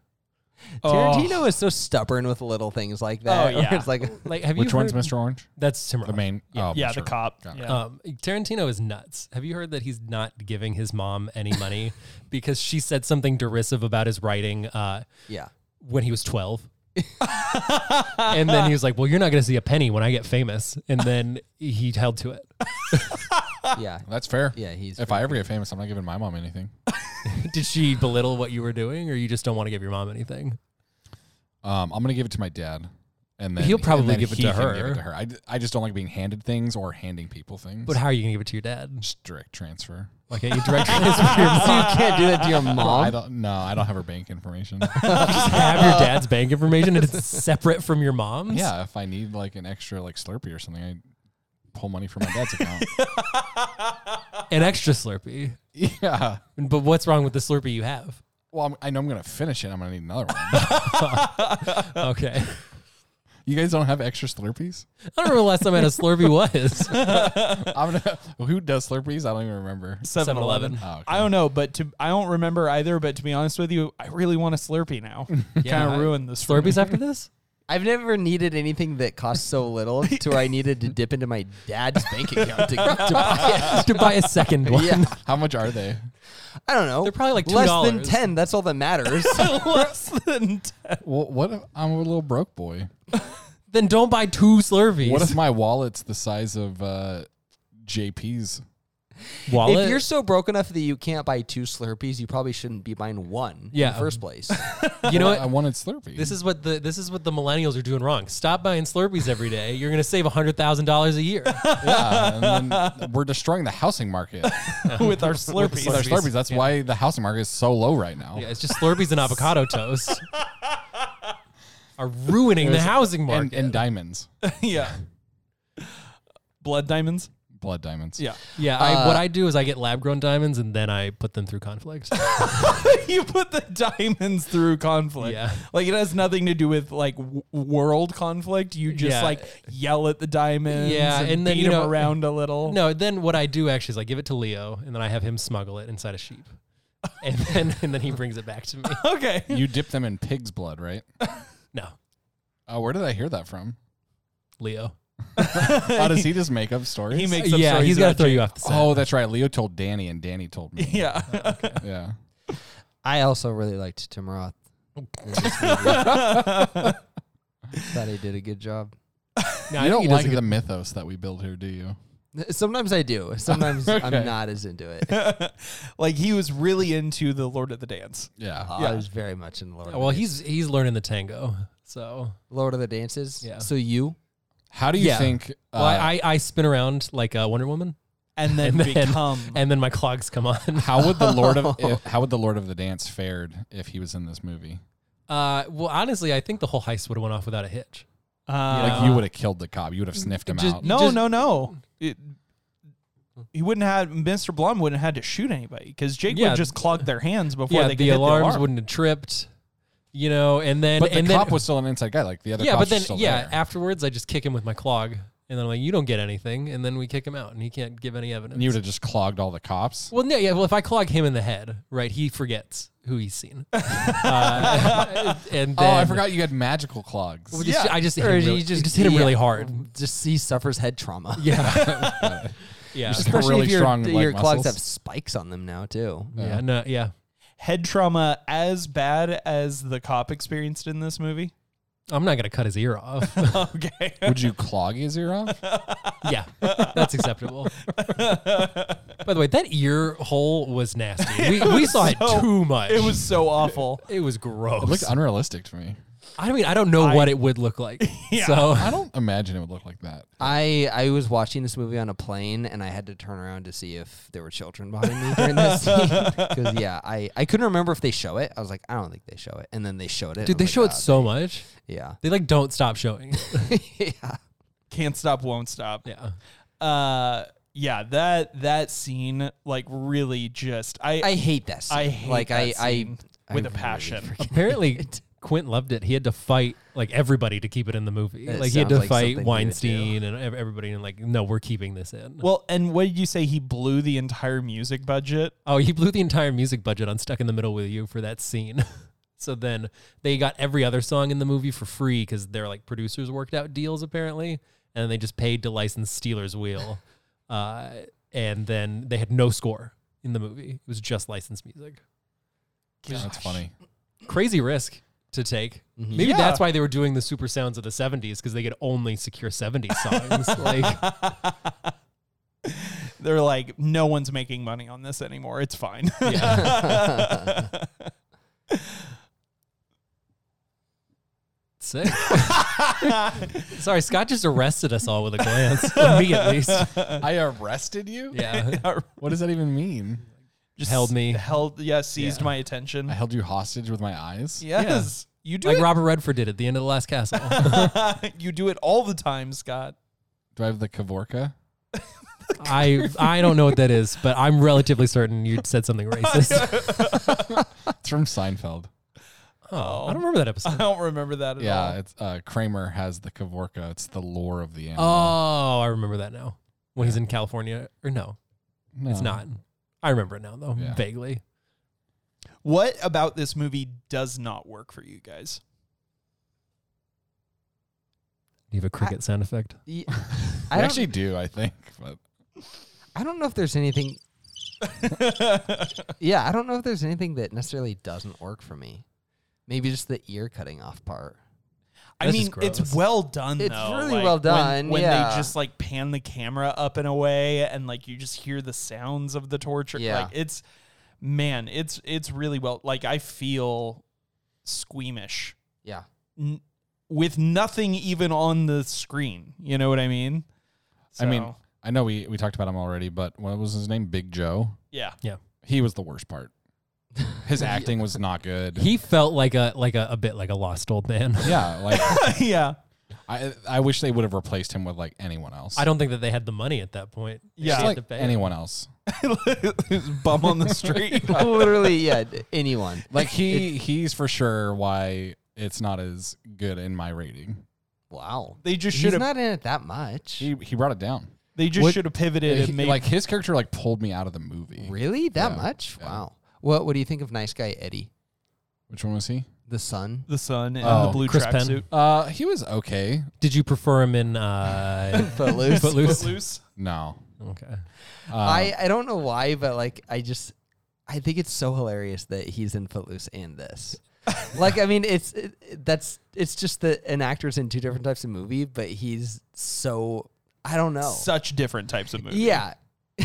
Speaker 5: Tarantino is so stubborn with little things like that. (laughs)
Speaker 6: Oh,
Speaker 5: where
Speaker 6: yeah.
Speaker 5: It's like
Speaker 3: Like, have
Speaker 4: Which
Speaker 3: you
Speaker 4: one's
Speaker 3: heard-
Speaker 4: Mr. Orange?
Speaker 3: That's Tim
Speaker 4: The
Speaker 3: Roth.
Speaker 4: main. oh,
Speaker 6: yeah,
Speaker 4: Mr.
Speaker 6: the cop.
Speaker 4: Got it.
Speaker 6: Yeah.
Speaker 3: Um, Tarantino is nuts. Have you heard that he's not giving his mom any
Speaker 5: (laughs)
Speaker 3: money because she said something derisive about his writing uh,
Speaker 5: yeah.
Speaker 3: when he was
Speaker 5: (laughs)
Speaker 3: 12? and then he was like, Well, you're not going to see a penny when I get famous. And then he held to it. (laughs)
Speaker 5: Yeah.
Speaker 4: That's fair.
Speaker 5: Yeah, he's
Speaker 4: If I ever get famous, I'm not giving my mom anything.
Speaker 3: Did she belittle what you were doing, or you just don't want to give your mom anything?
Speaker 4: Um, I'm gonna give it to my dad, and then
Speaker 3: He'll
Speaker 4: and
Speaker 3: probably
Speaker 4: then
Speaker 3: give it
Speaker 4: he
Speaker 3: to
Speaker 4: can Give it
Speaker 3: her.
Speaker 4: to her. I, I just don't like being handed things or handing people things.
Speaker 3: But how are you going to give it to your dad?
Speaker 4: Just direct transfer.
Speaker 3: Like, you
Speaker 5: (laughs)
Speaker 3: direct transfer your
Speaker 5: So you
Speaker 3: mom.
Speaker 5: can't do that to your
Speaker 4: I
Speaker 5: mom.
Speaker 4: don't. No, I don't have her bank information. (laughs)
Speaker 3: Just have your dad's bank information and it's separate from your mom's.
Speaker 4: yeah, if I need like an extra like Slurpee or something, I pull money from my dad's account.
Speaker 3: An extra Slurpee.
Speaker 4: yeah.
Speaker 3: But what's wrong with the Slurpee you have?
Speaker 4: Well, I'm, I know I'm gonna finish it. I'm gonna need another one. (laughs)
Speaker 3: Okay.
Speaker 4: you guys don't have extra Slurpees?
Speaker 3: I don't remember the last time I had a Slurpee was.
Speaker 4: I'm gonna. (laughs) Who does Slurpees? I don't even remember.
Speaker 6: 7
Speaker 3: 7-Eleven.
Speaker 4: Oh, okay.
Speaker 6: I don't know, but to I don't remember either. But to be honest with you, I really want a Slurpee
Speaker 3: (laughs)
Speaker 6: now. kind
Speaker 3: I-
Speaker 6: of ruined this. for me.
Speaker 3: Slurpees after this?
Speaker 5: I've never needed anything that costs so little to where I needed to dip into my dad's bank account to, to buy
Speaker 3: to buy a second
Speaker 5: it.
Speaker 3: one. (laughs)
Speaker 5: Yeah.
Speaker 4: How much are they?
Speaker 5: I don't know.
Speaker 3: They're probably like
Speaker 5: less than
Speaker 3: $2.
Speaker 5: ten. That's all
Speaker 3: (laughs)
Speaker 5: that matters. (laughs)
Speaker 6: Less than ten.
Speaker 4: Well, what? If, I'm a little broke boy.
Speaker 3: Then don't buy two Slurpees.
Speaker 4: What if my wallet's the size of uh, JP's?
Speaker 3: wallet?
Speaker 5: If you're so broke enough that you can't buy two Slurpees, you probably shouldn't be buying one in
Speaker 3: Yeah.
Speaker 5: the first
Speaker 3: (laughs)
Speaker 5: place.
Speaker 3: you know
Speaker 4: I
Speaker 3: what?
Speaker 4: wanted Slurpee.
Speaker 3: This is what the this is what the millennials are doing wrong. Stop buying Slurpees every day. You're gonna save hundred thousand dollars a
Speaker 4: (laughs)
Speaker 3: year.
Speaker 4: yeah, and then we're destroying the
Speaker 3: (laughs)
Speaker 4: housing market
Speaker 6: (laughs) with our
Speaker 4: with
Speaker 6: Slurpees.
Speaker 4: our Slurpees. That's why the housing market is so low right now.
Speaker 3: Yeah, it's just Slurpees and avocado toast are ruining the housing
Speaker 4: and,
Speaker 3: market.
Speaker 4: and diamonds,
Speaker 6: (laughs) yeah. Blood diamonds.
Speaker 4: blood diamonds.
Speaker 6: Yeah. (laughs)
Speaker 3: yeah, I, what I do is I get lab grown diamonds and then I put them through conflict.
Speaker 6: you put the diamonds through conflict.
Speaker 3: Yeah.
Speaker 6: Like it has nothing to do with like w- world conflict. You just
Speaker 3: Yeah.
Speaker 6: like yell at the diamonds.
Speaker 3: Yeah,
Speaker 6: and,
Speaker 3: and then,
Speaker 6: beat
Speaker 3: you
Speaker 6: them
Speaker 3: know-
Speaker 6: around a little.
Speaker 3: No, then what I do actually is I give it to Leo and then I have him smuggle it inside a sheep, and then and then he brings it back to me.
Speaker 6: (laughs)
Speaker 3: (laughs)
Speaker 6: Okay.
Speaker 4: You dip them in pig's blood, right?
Speaker 3: No,
Speaker 4: Oh, where did I hear
Speaker 3: (laughs)
Speaker 4: that from?
Speaker 3: Leo.
Speaker 4: Oh, does he just make up stories?
Speaker 6: He makes up
Speaker 3: Yeah,
Speaker 6: stories
Speaker 3: he's got to
Speaker 6: about
Speaker 3: throw
Speaker 6: Jake.
Speaker 3: you off the set.
Speaker 4: (laughs) Oh, that's right. Leo told Danny, and Danny told
Speaker 3: (laughs)
Speaker 4: me.
Speaker 6: (laughs) Yeah.
Speaker 4: Yeah.
Speaker 5: I also really liked Tim
Speaker 3: (laughs)
Speaker 5: Roth. in this movie. Thought he did a good job.
Speaker 3: No, I
Speaker 4: You
Speaker 3: think
Speaker 4: don't
Speaker 3: he does a
Speaker 4: like
Speaker 3: good-
Speaker 4: the mythos that we build here, do you?
Speaker 5: Sometimes I do. Sometimes
Speaker 4: Okay.
Speaker 5: I'm not as into it.
Speaker 3: (laughs)
Speaker 5: Uh,
Speaker 6: (laughs) like he was really into the Lord of the Dance.
Speaker 4: Yeah.
Speaker 3: Uh,
Speaker 5: I was very much in Lord. of the
Speaker 3: Oh, Well,
Speaker 5: Dan-
Speaker 3: he's he's learning the tango. So
Speaker 5: Lord of the Dances.
Speaker 3: Yeah.
Speaker 5: So you
Speaker 4: How do you
Speaker 3: Yeah.
Speaker 4: think? Uh,
Speaker 3: (laughs) well, I, I I spin around like uh, Wonder Woman,
Speaker 6: And then,
Speaker 3: And then-
Speaker 6: become
Speaker 3: (laughs) and then my clogs come on. (laughs)
Speaker 4: how would the Lord of if, how would the Lord of the Dance fared if he was in this movie?
Speaker 3: Uh, well, honestly, I think the whole heist would have went off without a hitch.
Speaker 6: uh,
Speaker 4: Like you would have killed the cop. You would have sniffed him
Speaker 3: Just-
Speaker 4: out.
Speaker 6: No,
Speaker 3: Just-
Speaker 6: no, no. It, he wouldn't have Mr. Blum wouldn't have had to shoot anybody because Jake
Speaker 3: Yeah.
Speaker 6: would just clog their hands before
Speaker 3: Yeah,
Speaker 6: they could
Speaker 3: the
Speaker 6: hit
Speaker 3: alarms
Speaker 6: the alarm.
Speaker 3: wouldn't have tripped. You know, and then
Speaker 4: but
Speaker 3: and
Speaker 4: the
Speaker 3: then
Speaker 4: cop was still an inside guy. Like the other.
Speaker 3: yeah,
Speaker 4: cops
Speaker 3: but
Speaker 4: were
Speaker 3: then
Speaker 4: still
Speaker 3: yeah.
Speaker 4: there.
Speaker 3: Afterwards, I just kick him with my clog, and then I'm like, "You don't get anything," and then we kick him out, and he can't give any evidence.
Speaker 4: And you would have just clogged all the cops.
Speaker 3: Well, no, yeah. Well, if I clog him in the head, right, he forgets who he's seen. uh, and
Speaker 4: Oh,
Speaker 3: then
Speaker 4: I forgot you had magical clogs.
Speaker 3: Well, just-
Speaker 6: Yeah.
Speaker 3: I just hit
Speaker 5: Or
Speaker 3: him
Speaker 5: you
Speaker 3: really,
Speaker 5: just-
Speaker 3: just, hit him
Speaker 5: yeah.
Speaker 3: really
Speaker 5: (laughs)
Speaker 3: hard.
Speaker 5: just he suffers head trauma.
Speaker 3: Yeah, yeah,
Speaker 4: just- They're
Speaker 5: Especially
Speaker 4: really
Speaker 5: if your,
Speaker 4: strong leg
Speaker 5: your clogs
Speaker 4: muscles.
Speaker 5: have spikes on them now too.
Speaker 3: yeah. No, yeah.
Speaker 6: Head trauma as bad as the cop experienced in
Speaker 3: (laughs)
Speaker 6: this movie. (laughs)
Speaker 3: I'm not gonna cut his ear off.
Speaker 6: Okay.
Speaker 4: (laughs) Would you clog his ear off?
Speaker 3: yeah, that's acceptable. By the way, that ear hole was nasty. We, we saw it
Speaker 6: so-
Speaker 3: too much.
Speaker 6: (laughs) It was so awful.
Speaker 3: it was gross.
Speaker 4: It (laughs) looked unrealistic to me.
Speaker 3: I mean, I don't know what it would look like.
Speaker 6: Yeah.
Speaker 3: So
Speaker 4: I don't (laughs) imagine it would look like (laughs) that.
Speaker 5: I I was watching this movie on a plane and I had to turn around to see if there were children behind me during
Speaker 3: (laughs)
Speaker 5: this scene because yeah I I couldn't remember if they show it I was like I don't think they show it and then they showed it Oh
Speaker 3: dude, they show it so much.
Speaker 5: yeah
Speaker 3: They like don't stop
Speaker 5: (laughs)
Speaker 3: showing. it.
Speaker 5: yeah
Speaker 6: Can't stop, won't stop.
Speaker 3: Yeah.
Speaker 6: Uh, yeah. That that scene like really just I
Speaker 5: I hate that scene.
Speaker 6: I hate
Speaker 5: like
Speaker 6: that
Speaker 5: I
Speaker 6: scene
Speaker 5: I
Speaker 6: with a
Speaker 5: I really
Speaker 3: (laughs)
Speaker 6: passion.
Speaker 5: freaking-
Speaker 3: Apparently, Quint loved it. He had to fight like everybody to keep it in the movie.
Speaker 5: It
Speaker 3: like he had to
Speaker 5: sounds like
Speaker 3: fight
Speaker 5: something he would
Speaker 3: Weinstein and ev- everybody, and like, no, we're keeping this in.
Speaker 6: Well, and what did you say? He blew the entire music budget.
Speaker 3: Oh, he blew the entire music budget on Stuck in the Middle with You for that scene. (laughs) so then they got every other song in the movie for free because their like producers worked out deals apparently, and they just paid to license Steeler's Wheel. uh, and then they had no score in the movie; it was just licensed music.
Speaker 4: That's funny.
Speaker 3: Crazy risk to take. Maybe
Speaker 6: Yeah.
Speaker 3: that's why they were doing the super sounds of the '70s because they could only secure '70s songs. like,
Speaker 6: They're like, no one's making money on this anymore. It's fine. (laughs)
Speaker 3: sick. Sorry, Scott just arrested us all with a glance. (laughs) me at least.
Speaker 4: I arrested you?
Speaker 3: (laughs) Yeah.
Speaker 4: What does that even mean?
Speaker 6: Just
Speaker 3: Held me.
Speaker 6: Held. Yeah. Seized my attention.
Speaker 4: I held you hostage with my eyes?
Speaker 6: yes. You do
Speaker 3: like
Speaker 6: it.
Speaker 3: Robert Redford did at the end of the Last Castle.
Speaker 6: (laughs) you do it all the time, Scott.
Speaker 4: Do I have the Kavorka?
Speaker 3: I I don't know what that is, but I'm relatively certain you said something racist.
Speaker 4: It's from (laughs) Seinfeld.
Speaker 3: Oh, I don't remember that
Speaker 6: (laughs) I
Speaker 3: episode.
Speaker 6: don't remember that at all.
Speaker 4: Yeah, it's uh, Kramer has the Kavorka. It's the lore of the animal.
Speaker 3: Oh, I remember that now. When he's in California, or no,
Speaker 4: no.
Speaker 3: it's not. I remember it now though,
Speaker 4: Uh-huh. Yeah.
Speaker 3: vaguely.
Speaker 6: What about this movie does not work for you guys?
Speaker 3: Do you have a cricket sound effect?
Speaker 5: Y-
Speaker 4: I,
Speaker 5: I
Speaker 4: actually do, I think. But
Speaker 5: I don't know if there's
Speaker 6: (laughs)
Speaker 5: anything. yeah, I don't know if there's anything that necessarily doesn't work for me. Maybe just the ear cutting off part.
Speaker 6: I
Speaker 3: This is
Speaker 6: mean, it's
Speaker 3: gross.
Speaker 6: well done.
Speaker 5: It's
Speaker 6: though.
Speaker 5: really
Speaker 6: Like,
Speaker 5: well
Speaker 6: when-
Speaker 5: done,
Speaker 6: When,
Speaker 5: yeah.
Speaker 6: they just like pan the camera up and away, and like you just hear the sounds of the torture.
Speaker 5: Yeah.
Speaker 6: Like it's, man, it's it's really well. Like I feel squeamish (laughs)
Speaker 5: Yeah.
Speaker 6: n- with nothing even on the screen. You know what I mean?
Speaker 4: I mean,
Speaker 6: So,
Speaker 4: I know we, we talked about him already, but what was his name? Big Joe.
Speaker 6: yeah.
Speaker 4: He was the worst part. His acting was not good.
Speaker 3: He felt like a like a, a bit like a lost old man. (laughs)
Speaker 4: yeah, like
Speaker 6: (laughs) yeah. (laughs)
Speaker 4: I I wish they would have replaced him with like anyone else.
Speaker 3: I don't think that they had the money at that point. They
Speaker 6: Yeah.
Speaker 3: just
Speaker 4: Just,
Speaker 3: had
Speaker 4: like
Speaker 3: to pay.
Speaker 5: (laughs)
Speaker 4: anyone else.
Speaker 6: Bum on the (laughs) street.
Speaker 5: Literally, yeah, d- anyone.
Speaker 4: Like he he's for sure why it's not as good in my rating.
Speaker 5: Wow.
Speaker 6: they just
Speaker 5: He's
Speaker 6: should have.
Speaker 5: not in it that much.
Speaker 4: He he brought it down.
Speaker 6: They just
Speaker 4: What-
Speaker 6: should have pivoted
Speaker 4: He-
Speaker 6: and made
Speaker 4: like his character like pulled me out of the movie.
Speaker 5: Really? That
Speaker 4: Yeah,
Speaker 5: much?
Speaker 4: yeah.
Speaker 5: Wow. What what do you think of nice guy Eddie?
Speaker 4: Which one was he?
Speaker 5: The son?
Speaker 6: the sun and
Speaker 4: Oh,
Speaker 6: the blue
Speaker 3: Chris Penn.
Speaker 6: tracksuit.
Speaker 4: Uh, he was okay.
Speaker 3: Did you prefer him in
Speaker 6: (laughs)
Speaker 3: uh,
Speaker 5: Footloose.
Speaker 3: Footloose?
Speaker 6: Footloose.
Speaker 4: No,
Speaker 3: Okay.
Speaker 4: uh,
Speaker 5: I, I don't know why, but like I just I think it's so hilarious that he's in Footloose and this. like I mean, it's it, it- that's it's just that an actor's in two different types of movie, but he's so I don't know.
Speaker 6: Such different types of movies.
Speaker 5: Oh. yeah. (laughs)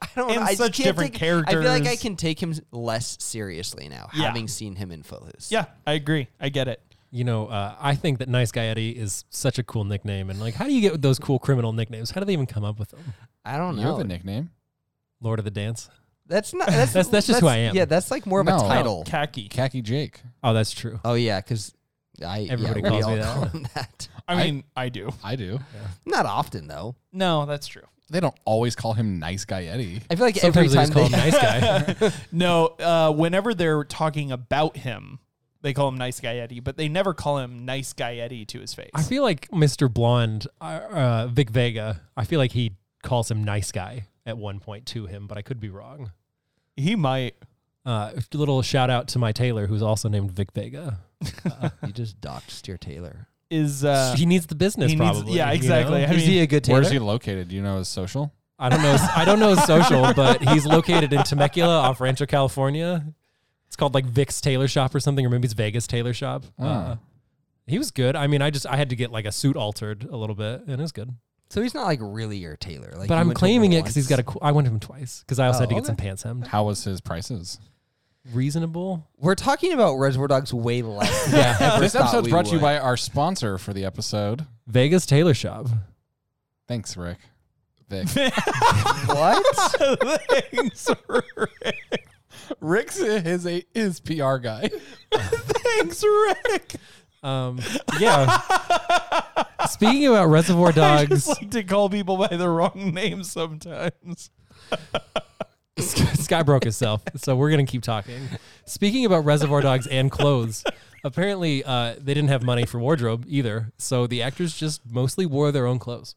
Speaker 5: I don't
Speaker 6: And
Speaker 5: I just
Speaker 6: such
Speaker 5: can't
Speaker 6: different
Speaker 5: take- I feel like I
Speaker 6: characters.
Speaker 5: can take him less seriously now,
Speaker 6: Yeah.
Speaker 5: having seen him in Footloose.
Speaker 6: Yeah, I agree. I get it.
Speaker 3: You know, uh, I think that Nice Guy Eddie is such a cool nickname. And like, how do you get those cool criminal nicknames? How do they even come up with them?
Speaker 5: I don't
Speaker 4: you
Speaker 5: know.
Speaker 4: have a nickname.
Speaker 3: Lord of the Dance.
Speaker 5: That's not that's,
Speaker 3: That's- that's just who I am.
Speaker 5: Yeah, that's like more of
Speaker 4: No.
Speaker 5: a title.
Speaker 6: Oh, Khaki.
Speaker 4: Khaki Jake.
Speaker 3: Oh, that's true.
Speaker 5: Oh yeah, because I yeah,
Speaker 3: Everybody
Speaker 5: we
Speaker 3: calls
Speaker 5: all
Speaker 3: me that.
Speaker 5: (laughs) call him that.
Speaker 6: I mean, I, do.
Speaker 4: I do.
Speaker 5: Not often though.
Speaker 6: No, that's true.
Speaker 4: They don't always call him Nice Guy Eddie.
Speaker 5: I feel like
Speaker 3: Sometimes they just
Speaker 5: every time
Speaker 3: call him
Speaker 5: they,
Speaker 3: Nice Guy.
Speaker 5: (laughs)
Speaker 3: (laughs)
Speaker 6: No, uh, whenever they're talking about him, they call him Nice Guy Eddie, but they never call him Nice Guy Eddie to his face.
Speaker 3: I feel like Mr. Blonde, uh, uh, Vic Vega, I feel like he calls him nice guy at one point to him, but I could be wrong.
Speaker 6: he might.
Speaker 3: Uh, a little shout out to my tailor, who's also named Vic Vega.
Speaker 5: (laughs) you just docked Steer Taylor.
Speaker 6: Is uh,
Speaker 3: he needs the business,
Speaker 6: he needs-
Speaker 3: probably.
Speaker 6: yeah,
Speaker 3: you
Speaker 6: exactly.
Speaker 3: know?
Speaker 6: I
Speaker 5: Is
Speaker 6: mean-
Speaker 5: he a good Taylor?
Speaker 4: Where's he located? Do you know his social?
Speaker 3: I don't know. his- I don't know his
Speaker 6: (laughs)
Speaker 3: social, but he's located in Temecula, off Rancho California. It's called like Vic's Tailor Shop or something, or maybe it's Vegas Tailor Shop. Uh, he was good. I mean, I just I had to get like a suit altered a little bit, and it was good.
Speaker 5: so he's not like really your Taylor. Like,
Speaker 3: but
Speaker 5: you
Speaker 3: I'm
Speaker 5: went to
Speaker 3: claiming
Speaker 5: him
Speaker 3: it because he's got
Speaker 5: once.
Speaker 3: a. Cool, I went to him twice because I also
Speaker 5: Oh,
Speaker 3: had to get
Speaker 5: okay.
Speaker 3: some pants hemmed.
Speaker 4: How was his
Speaker 5: (laughs)
Speaker 4: prices?
Speaker 3: Reasonable.
Speaker 5: We're talking about Reservoir Dogs way
Speaker 3: (laughs)
Speaker 5: less.
Speaker 4: Yeah, this
Speaker 5: thought
Speaker 4: episode's
Speaker 5: we
Speaker 4: brought to you
Speaker 5: would.
Speaker 4: by our sponsor for the episode.
Speaker 3: Vegas Tailor Shop.
Speaker 4: Thanks, Rick. Vic.
Speaker 5: what?
Speaker 6: Thanks, Rick.
Speaker 4: (laughs) Rick's his his PR guy.
Speaker 6: Thanks, Rick.
Speaker 3: Um,
Speaker 6: (laughs)
Speaker 3: yeah. Speaking about Reservoir
Speaker 6: (laughs) I
Speaker 3: Dogs,
Speaker 6: just like to call people by the wrong name sometimes. (laughs)
Speaker 3: (laughs) Sky broke himself, so we're gonna keep talking. Speaking about Reservoir Dogs and clothes, apparently uh, they didn't have money for wardrobe either, so the actors just mostly wore their own clothes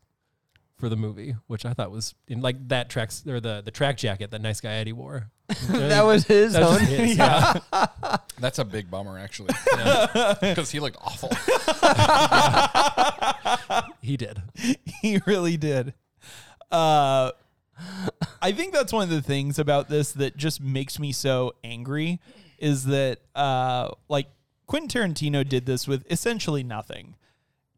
Speaker 3: for the movie, which I thought was in like that tracks or the the track jacket that nice guy Eddie wore.
Speaker 5: that was his
Speaker 3: That was
Speaker 5: own.
Speaker 3: just his, yeah.
Speaker 4: (laughs) That's a big bummer, actually, (laughs) because he looked awful. (laughs)
Speaker 3: he did.
Speaker 6: he really did. Uh, I think that's one of the things about this that just makes me so angry is that uh, like Quentin Tarantino did this with essentially nothing,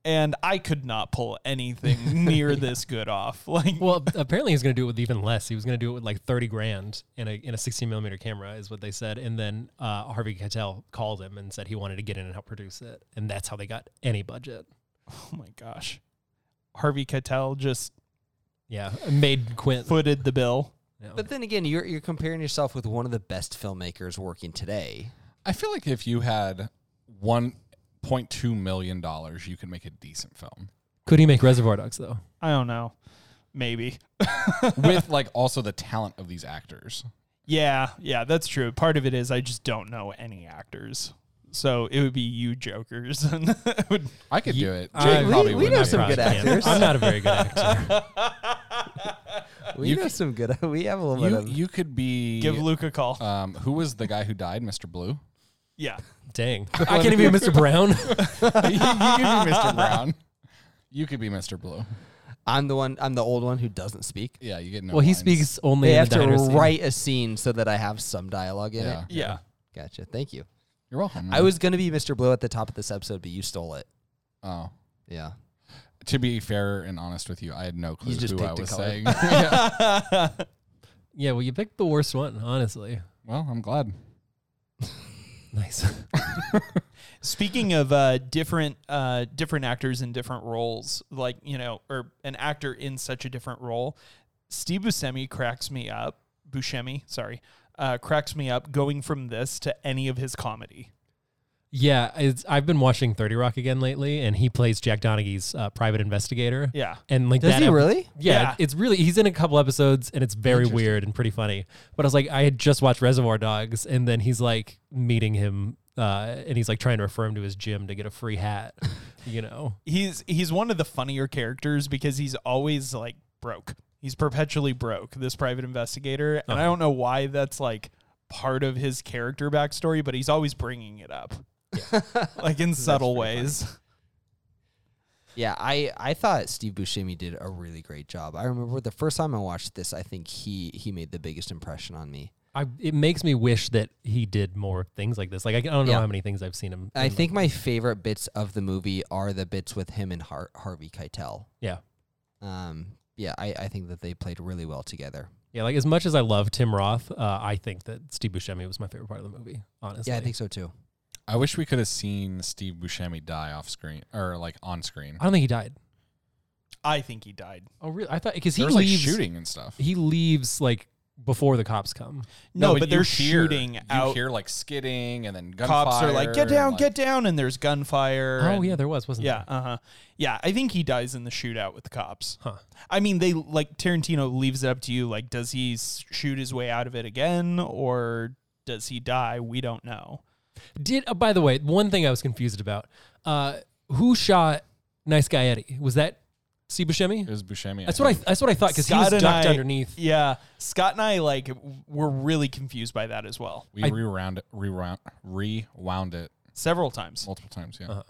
Speaker 6: and I could not pull anything near this good off. (laughs) Like, oh
Speaker 3: Well, apparently he was going to do it with even less. He was going to do it with like thirty grand in a in a sixteen millimeter camera, is what they said. And then uh, Harvey Keitel called him and said he wanted to get in and help produce it, and that's how they got any budget.
Speaker 6: oh my gosh, Harvey Keitel just
Speaker 3: Yeah, made Quint.
Speaker 6: footed the bill.
Speaker 3: Yeah.
Speaker 5: But then again, you're you're comparing yourself with one of the best filmmakers working today.
Speaker 4: I feel like if you had one point two million dollars, you could make a decent (laughs) film
Speaker 3: Could he make Reservoir Dogs though?
Speaker 6: I don't know, maybe.
Speaker 4: with like also the talent of these actors.
Speaker 6: Yeah, yeah, that's true. Part of it is I just don't know any actors. So it would be you jokers. (laughs) and it would-
Speaker 4: I could do it.
Speaker 3: I-
Speaker 4: Jake
Speaker 3: We-
Speaker 4: probably
Speaker 5: we
Speaker 4: would.
Speaker 5: know
Speaker 4: not
Speaker 5: some
Speaker 4: probably-
Speaker 5: good actors.
Speaker 3: I'm not a very good actor.
Speaker 5: (laughs) We
Speaker 4: You
Speaker 5: know
Speaker 4: c-
Speaker 5: some good. We have a little bit
Speaker 4: You
Speaker 5: of.
Speaker 4: you could be.
Speaker 6: Give Luke a call.
Speaker 4: um, who was the guy who died, Mr. Blue?
Speaker 6: yeah.
Speaker 3: Dang, I can't even be Mr. Brown.
Speaker 4: (laughs) you could be Mr. Brown. You could be Mr. Blue.
Speaker 5: I'm the one. I'm the old one who doesn't speak.
Speaker 4: Yeah, you get
Speaker 3: (laughs)
Speaker 4: no.
Speaker 3: well, he
Speaker 4: lines.
Speaker 3: speaks only
Speaker 5: They
Speaker 3: in
Speaker 5: have
Speaker 3: the
Speaker 5: to
Speaker 3: diner scene.
Speaker 5: write a scene so that I have some dialogue in
Speaker 4: Yeah.
Speaker 5: it.
Speaker 6: Yeah.
Speaker 5: Gotcha. Thank you.
Speaker 4: You're welcome.
Speaker 5: I was gonna be Mr. Blue at the top of this episode, but you stole it.
Speaker 4: Oh.
Speaker 5: Yeah.
Speaker 4: To be fair and honest with you, I had no clue
Speaker 5: You just
Speaker 4: who I
Speaker 5: picked a
Speaker 4: was
Speaker 5: color.
Speaker 4: saying. (laughs) Yeah.
Speaker 3: Yeah, well, you picked the worst one, honestly.
Speaker 4: Well, I'm glad.
Speaker 3: Nice.
Speaker 6: Speaking of uh, different uh, different actors in different roles, like, you know, or an actor in such a different role, Steve Buscemi cracks me up. Buscemi, sorry. Uh, cracks me up going from this to any of his comedy.
Speaker 3: yeah, it's, I've been watching Thirty Rock again lately, and he plays Jack Donaghy's uh, private investigator.
Speaker 6: Yeah.
Speaker 3: and like
Speaker 5: Does
Speaker 3: that
Speaker 5: he
Speaker 3: ep-
Speaker 5: really?
Speaker 3: Yeah,
Speaker 6: Yeah.
Speaker 3: it's really he's in a couple episodes, and it's very weird and pretty funny. But I was like, I had just watched Reservoir Dogs, and then he's like meeting him, uh, and he's like trying to refer him to his gym to get a free hat. (laughs) You know,
Speaker 6: he's he's one of the funnier characters because he's always like broke. He's perpetually broke. This private investigator, and
Speaker 4: Uh-huh.
Speaker 6: I don't know why that's like part of his character backstory, but he's always bringing it up, like in subtle ways.
Speaker 5: Yeah, I, I thought Steve Buscemi did a really great job. I remember the first time I watched this, I think he he made the biggest impression on me.
Speaker 3: I it makes me wish that he did more things like this. Like I, I don't know
Speaker 5: Yeah.
Speaker 3: how many things I've seen him.
Speaker 5: I
Speaker 3: in,
Speaker 5: think
Speaker 3: like-
Speaker 5: my favorite bits of the movie are the bits with him and Har- Harvey Keitel.
Speaker 3: yeah.
Speaker 5: Um, yeah, I, I think that they played really well together.
Speaker 3: Yeah, like as much as I love Tim Roth, uh, I think that Steve Buscemi was my favorite part of the movie. Honestly,
Speaker 5: yeah, I think so too.
Speaker 4: I wish we could have seen Steve Buscemi die off screen or like on screen.
Speaker 3: I don't think he died.
Speaker 6: I think he died.
Speaker 3: Oh, really? I thought because he
Speaker 4: There was like
Speaker 3: leaves.
Speaker 4: shooting and stuff.
Speaker 3: He leaves like before the cops come.
Speaker 6: No, but,
Speaker 4: you
Speaker 6: they're
Speaker 4: hear-
Speaker 6: shooting
Speaker 4: you
Speaker 6: out.
Speaker 4: hear like skidding and then gunfire.
Speaker 6: Cops are like, get
Speaker 4: and,
Speaker 6: down,
Speaker 4: like-
Speaker 6: get down, and there's gunfire.
Speaker 3: Oh
Speaker 6: and-
Speaker 3: yeah, there was wasn't.
Speaker 6: Yeah,
Speaker 3: there?
Speaker 6: uh huh. Yeah, I think he dies in the shootout with the cops.
Speaker 3: Huh.
Speaker 6: I mean, they like Tarantino leaves it up to you. Like, does he s- shoot his way out of it again, or does he die? We don't know.
Speaker 3: Did uh, by the way, one thing I was confused about: uh, who shot Nice Guy Eddie? Was that Steve Buscemi?
Speaker 4: It was Buscemi.
Speaker 3: That's what I. That's what I thought because he was
Speaker 6: Scott and
Speaker 3: ducked
Speaker 6: I-
Speaker 3: underneath.
Speaker 6: Yeah, Scott and I like w- were really confused by that as well,
Speaker 4: we
Speaker 3: I-
Speaker 4: rewound it, rewound, rewound it
Speaker 6: several times.
Speaker 4: multiple times. Yeah.
Speaker 6: Uh-huh.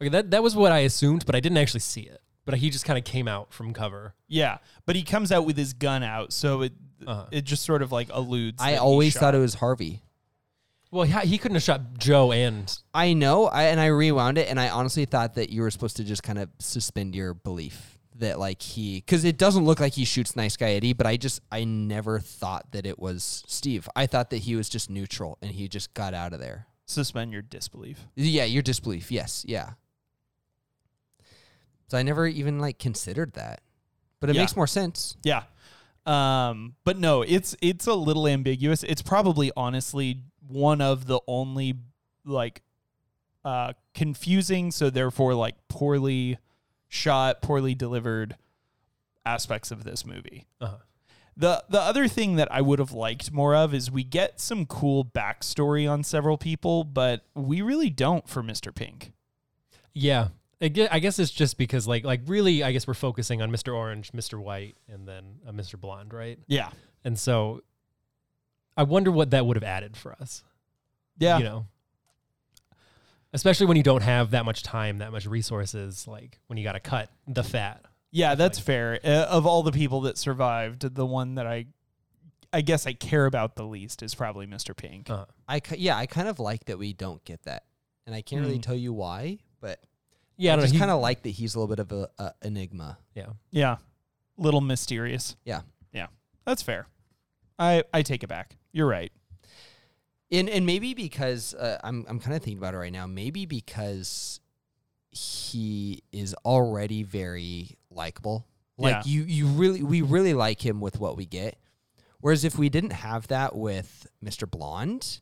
Speaker 3: Okay, that that was what I assumed, but I didn't actually see it. But he just kind of came out from cover.
Speaker 6: Yeah, but he comes out with his gun out, so it
Speaker 3: Uh-huh.
Speaker 6: it just sort of like alludes.
Speaker 5: I
Speaker 6: that he
Speaker 5: always
Speaker 6: E shot.
Speaker 5: thought it was Harvey.
Speaker 3: Well, he, he couldn't have shot Joe and
Speaker 5: I know, I, and I rewound it, and I honestly thought that you were supposed to just kind of suspend your belief that like he, because it doesn't look like he shoots nice guy Eddie, but I just I never thought that it was Steve. I thought that he was just neutral and he just got out of there.
Speaker 6: suspend your disbelief.
Speaker 5: Yeah, your disbelief. Yes, yeah. So I never even like considered that, but it
Speaker 6: Yeah.
Speaker 5: makes more sense.
Speaker 6: Yeah. Um, but no, it's it's a little ambiguous. It's probably honestly one of the only like uh confusing, so therefore like poorly shot, poorly delivered aspects of this movie.
Speaker 3: Uh-huh.
Speaker 6: The the other thing that I would have liked more of is we get some cool backstory on several people, but we really don't for Mr. Pink.
Speaker 3: Yeah. I gue- I guess it's just because like like really I guess we're focusing on Mr. Orange, Mr. White, and then uh, Mr. Blonde, right?
Speaker 6: Yeah.
Speaker 3: And so I wonder what that would have added for us.
Speaker 6: Yeah.
Speaker 3: You know. Especially when you don't have that much time, that much resources, like when you got to cut the fat.
Speaker 6: yeah, that's fair. Uh, of all the people that survived, the one that I I guess I care about the least is probably Mr. Pink.
Speaker 3: Uh,
Speaker 5: I ki- yeah, I kind of like that we don't get that, and I can't really tell you why, but
Speaker 3: Hmm. yeah, I
Speaker 5: I
Speaker 3: don't know.
Speaker 5: just
Speaker 3: he-
Speaker 5: kind of like that he's a little bit of a, a enigma.
Speaker 3: yeah.
Speaker 6: Yeah. Little mysterious.
Speaker 5: Yeah.
Speaker 6: Yeah. That's fair. I I take it back. You're right.
Speaker 5: And and maybe because uh, I'm I'm kind of thinking about it right now. Maybe because he is already very likable. Like
Speaker 6: Yeah.
Speaker 5: you you really we really like him with what we get. Whereas if we didn't have that with Mr. Blonde,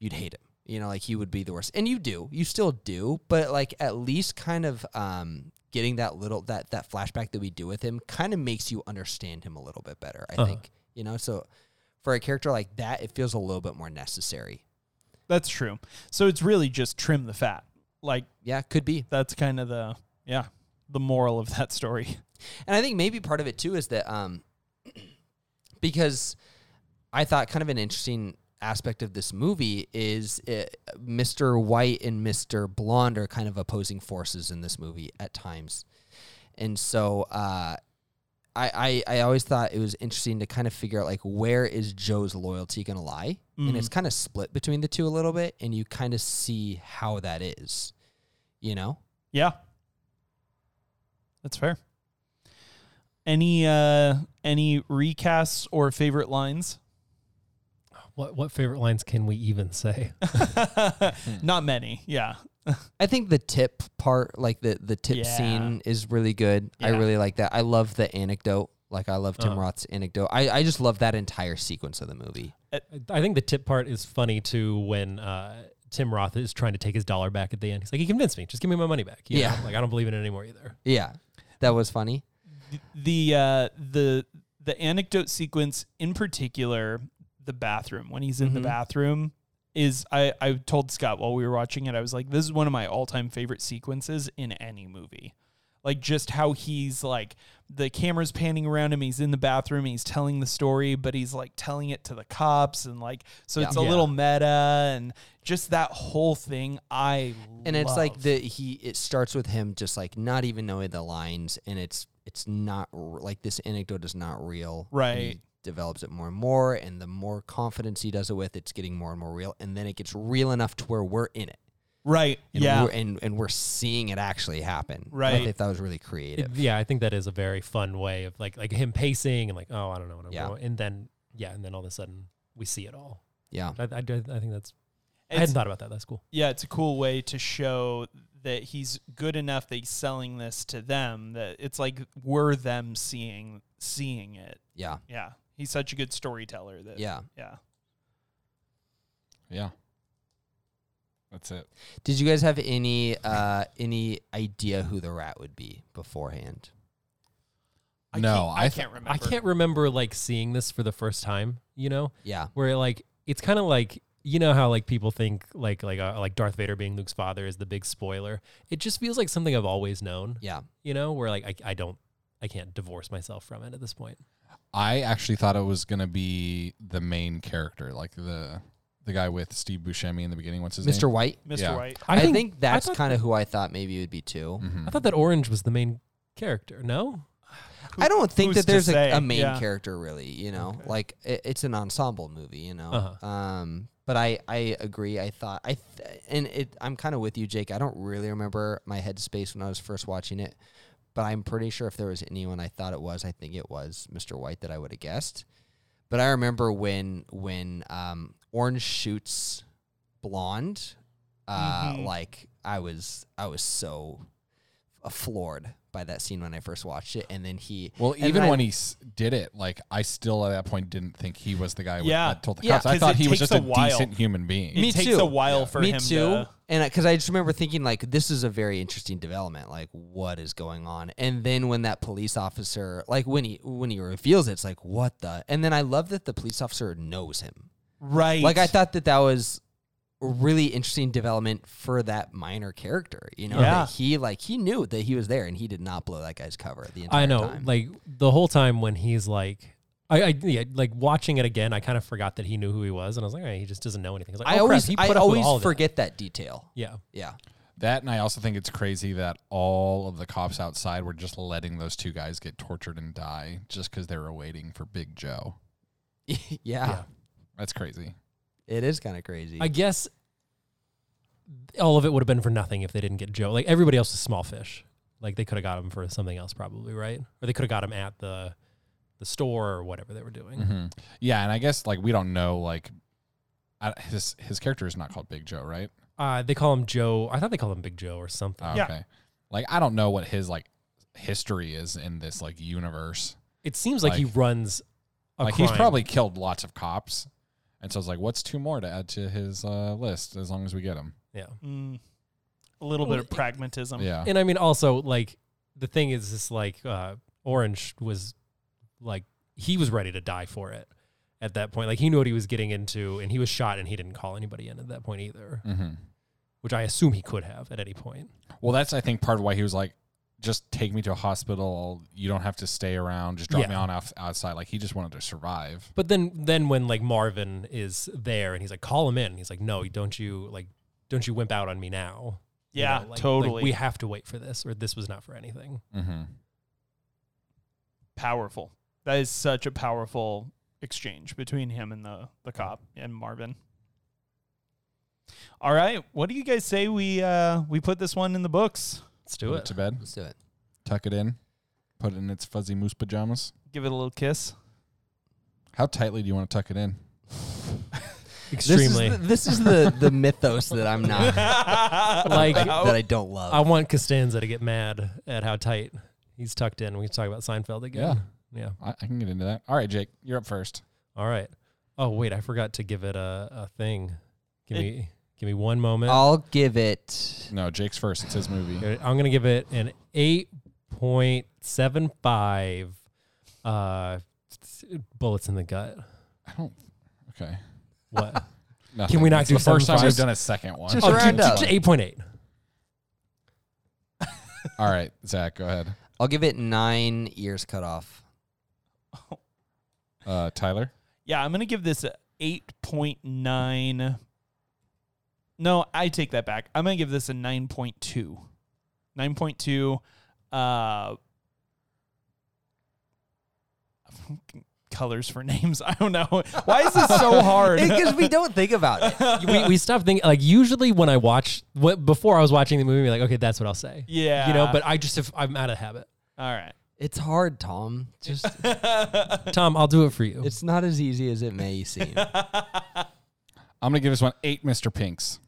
Speaker 5: you'd hate him. You know, like he would be the worst. And you do. You still do, but like at least kind of um getting that little that that flashback that we do with him kind of makes you understand him a little bit better, I
Speaker 3: Uh-huh.
Speaker 5: think. You know, so for a character like that, it feels a little bit more necessary.
Speaker 6: That's true. So it's really just trim the fat. Like
Speaker 5: Yeah, could be.
Speaker 6: that's kind of the yeah, the moral of that story. (laughs)
Speaker 5: And I think maybe part of it too is that um, (clears throat) because I thought kind of an interesting aspect of this movie is uh Mr. White and Mr. Blonde are kind of opposing forces in this movie at times. And so uh, I, I I always thought it was interesting to kind of figure out like where is Joe's loyalty going to lie? And it's kind of split between the two a little bit and you kind of see how that is. You know?
Speaker 6: Yeah. That's fair. Any uh any recasts or favorite lines? (laughs)
Speaker 3: What what favorite lines can we even say?
Speaker 6: Not many. Yeah.
Speaker 5: I think the tip part, like the the tip
Speaker 6: Yeah.
Speaker 5: scene, is really good. I
Speaker 6: Yeah. Uh-huh.
Speaker 5: really like that. I love the anecdote. Like I love Tim
Speaker 3: Uh.
Speaker 5: Roth's anecdote. I, I just love that entire sequence of the movie.
Speaker 3: I think the tip part is funny too when uh, Tim Roth is trying to take his dollar back at the end. He's like, he convinced me. Just give me my money back. you
Speaker 5: Yeah.
Speaker 3: know? Like, I don't believe in it anymore either.
Speaker 5: Yeah, that was funny.
Speaker 6: The uh the the anecdote sequence in particular, the bathroom, when he's in the
Speaker 5: Mhm.
Speaker 6: bathroom is I, I told Scott while we were watching it, I was like, this is one of my all time favorite sequences in any movie. Like just how he's like the camera's panning around him, he's in the bathroom, he's telling the story, but he's like telling it to the cops and like so it's a
Speaker 5: Yeah.
Speaker 6: little meta and just that whole thing I
Speaker 5: And it's like
Speaker 6: love.
Speaker 5: the he it starts with him just like not even knowing the lines, and it's it's not r- like this anecdote is not real. and
Speaker 6: Right.
Speaker 5: he develops it more and more, and the more confidence he does it with, it's getting more and more real, and then it gets real enough to where we're in it.
Speaker 6: Right.
Speaker 5: and
Speaker 6: Yeah.
Speaker 5: we're, and and we're seeing it actually happen. I
Speaker 6: Right.
Speaker 5: think that was really
Speaker 3: It-
Speaker 5: creative.
Speaker 3: yeah, I think that is a very fun way of like like him pacing and like, oh, I don't know what I'm
Speaker 5: Yeah.
Speaker 3: doing. And then, yeah, and then all of a sudden we see it all.
Speaker 5: yeah,
Speaker 3: I, I, I think that's, I
Speaker 6: It's-
Speaker 3: hadn't thought about that. That's cool.
Speaker 6: yeah, it's a cool way to show that he's good enough that he's selling this to them that it's like we're them seeing seeing it.
Speaker 5: yeah,
Speaker 6: Yeah. He's such a good storyteller that
Speaker 5: yeah.
Speaker 6: Yeah.
Speaker 4: Yeah. That's it.
Speaker 5: Did you guys have any uh any idea who the rat would be beforehand?
Speaker 6: I
Speaker 4: No,
Speaker 6: can't, I,
Speaker 4: I th-
Speaker 6: can't remember.
Speaker 3: I can't remember like seeing this for the first time, you know,
Speaker 5: Yeah,
Speaker 3: where like it's kind of like, you know how like people think like like uh, like Darth Vader being Luke's father is the big spoiler. It just feels like something I've always known,
Speaker 5: yeah.
Speaker 3: you know, where like I, I don't I can't divorce myself from it at this point.
Speaker 4: I actually thought it was gonna be the main character, like the the guy with Steve Buscemi in the beginning. What's his
Speaker 5: Mr.
Speaker 4: name?
Speaker 5: White.
Speaker 6: Mr.
Speaker 4: Yeah.
Speaker 6: White.
Speaker 5: I, think, that's
Speaker 3: thought
Speaker 5: kind of who I thought maybe it would be too.
Speaker 4: Mm-hmm.
Speaker 3: I thought that Orange was the main character. No,
Speaker 5: I don't think
Speaker 6: who's
Speaker 5: that
Speaker 6: to
Speaker 5: there's
Speaker 6: say?
Speaker 5: a, a main
Speaker 6: Yeah.
Speaker 5: character really. You know, like it, it's an ensemble movie. You know,
Speaker 3: Uh-huh.
Speaker 5: um. But I, I agree. I thought I th- and it. I'm kind of with you, Jake. I don't really remember my headspace when I was first watching it, but I'm pretty sure if there was anyone I thought it was, I think it was Mr. White that I would have guessed. But I remember when when um, Orange shoots Blonde, uh,
Speaker 6: Mhm.
Speaker 5: like I was I was so uh, floored by that scene when I first watched it, and then he
Speaker 4: Well,
Speaker 5: and
Speaker 4: even
Speaker 5: I-
Speaker 4: when he s- did it, like I still at that point didn't think he was the guy with-
Speaker 6: Yeah.
Speaker 4: that told the
Speaker 5: Yeah.
Speaker 4: cops. I
Speaker 6: 'Cause
Speaker 4: thought
Speaker 6: it
Speaker 4: he was
Speaker 6: takes
Speaker 4: just
Speaker 6: a
Speaker 4: a,
Speaker 6: while.
Speaker 4: decent human being.
Speaker 6: it
Speaker 5: Me
Speaker 6: takes
Speaker 5: too.
Speaker 6: a while for
Speaker 5: me
Speaker 6: him
Speaker 5: too,
Speaker 6: to
Speaker 5: and because I, just remember thinking like this is a very interesting development, like what is going on, and then when that police officer, like when he when he reveals it, it's like what the, and then I love that the police officer knows him.
Speaker 6: right.
Speaker 5: Like I thought that that was a really interesting development for that minor character. You know,
Speaker 6: Yeah.
Speaker 5: that he like he knew that he was there and he did not blow that guy's cover the entire
Speaker 3: I know,
Speaker 5: time.
Speaker 3: like the whole time when he's like, I, I yeah, like watching it again. I kind of forgot that he knew who he was, and I was like, "Hey, he just doesn't know anything. It's like, oh,
Speaker 5: I
Speaker 3: crap,
Speaker 5: always
Speaker 3: he put
Speaker 5: I
Speaker 3: up with
Speaker 5: always
Speaker 3: all of that.
Speaker 5: forget that. detail.
Speaker 3: Yeah,
Speaker 5: Yeah. (laughs)
Speaker 4: That and I also think it's crazy that all of the cops outside were just letting those two guys get tortured and die just because they were waiting for Big Joe.
Speaker 5: yeah.
Speaker 4: That's crazy.
Speaker 5: It is kind of crazy.
Speaker 3: I guess all of it would have been for nothing if they didn't get Joe. Like everybody else is small fish. Like they could have got him for something else, probably right, or they could have got him at the the store or whatever they were doing.
Speaker 5: Mm-hmm.
Speaker 4: Yeah, and I guess like we don't know like I, his his character is not called Big Joe, right?
Speaker 5: Mm-hmm.
Speaker 3: Uh, they call him Joe. I thought they called him Big Joe or something.
Speaker 5: Uh,
Speaker 4: Oh,
Speaker 6: Yeah.
Speaker 4: Okay. Like I don't know what his like history is in this like universe.
Speaker 3: It seems like, he
Speaker 4: Like-
Speaker 3: runs. A
Speaker 4: like he's
Speaker 3: crime.
Speaker 4: probably killed lots of cops, and so it's like, what's two more to add to his uh, list as long as we get him?
Speaker 3: yeah.
Speaker 6: Mm, a little bit of pragmatism.
Speaker 4: Yeah.
Speaker 3: and I mean also like the thing is is like uh Orange was like he was ready to die for it at that point. Like he knew what he was getting into and he was shot and he didn't call anybody in at that point either.
Speaker 4: Mm-hmm.
Speaker 3: Which I assume he could have at any point.
Speaker 4: Well, that's I think part of why he was like, just take me to a hospital. You don't have to stay around. Just drop me
Speaker 3: Yeah.
Speaker 4: on off outside. Like he just wanted to survive.
Speaker 3: But then then when like Marvin is there and he's like, call him in, he's like, No, don't you like don't you wimp out on me now. You
Speaker 6: Yeah,
Speaker 3: know, like- like,
Speaker 6: totally.
Speaker 3: we have to wait for this, or this was not for anything.
Speaker 4: Mm-hmm.
Speaker 6: powerful. That is such a powerful exchange between him and the the cop and Marvin. All right, what do you guys say we uh we put this one in the books?
Speaker 3: Let's do it.
Speaker 4: to bed.
Speaker 5: Let's do it.
Speaker 4: Tuck it in. Put it in its fuzzy moose pajamas.
Speaker 6: Give it a little kiss.
Speaker 4: How tightly do you want to tuck it in? (sighs)
Speaker 3: Extremely.
Speaker 5: This is the, this is the,
Speaker 3: (laughs)
Speaker 5: the mythos that I'm not
Speaker 6: (laughs)
Speaker 3: like
Speaker 5: that I don't love.
Speaker 3: I want Costanza to get mad at how tight he's tucked in. We can talk about Seinfeld again. Yeah.
Speaker 4: I, I can get into that. All right, Jake, you're up first.
Speaker 3: All right. Oh wait, I forgot to give it a, a thing. Give
Speaker 6: It-
Speaker 3: me give me one moment.
Speaker 5: I'll give it.
Speaker 4: No, Jake's first. It's his movie.
Speaker 3: I'm gonna give it an eight point seven five uh s- bullets in the gut.
Speaker 4: I don't. Okay.
Speaker 3: What?
Speaker 4: Nothing.
Speaker 3: we not
Speaker 4: It's
Speaker 3: do
Speaker 4: the first
Speaker 3: seven
Speaker 4: time we've
Speaker 3: first?
Speaker 4: done a second one?
Speaker 5: Just round up.
Speaker 3: eight point eight.
Speaker 4: All right, Zach, go ahead.
Speaker 5: I'll give it nine ears cut off.
Speaker 4: Uh, Tyler.
Speaker 6: Yeah, I'm gonna give this a eight point nine. No, I take that back. I'm gonna give this a nine point two. Nine point two. Uh (laughs) colors for (laughs) names. I don't know. Why is this (laughs) so hard?
Speaker 5: Because
Speaker 3: (laughs)
Speaker 5: we don't think about it.
Speaker 3: we we stopped thinking like usually when I watch what before I was watching the movie, like, okay, that's what I'll say.
Speaker 6: Yeah.
Speaker 3: You know, but I just have, I'm out of habit.
Speaker 6: all right.
Speaker 5: It's hard, Tom. Just
Speaker 3: Tom, I'll do it for you.
Speaker 5: it's not as easy as it may seem.
Speaker 4: I'm gonna give this one eight Mr. Pinks.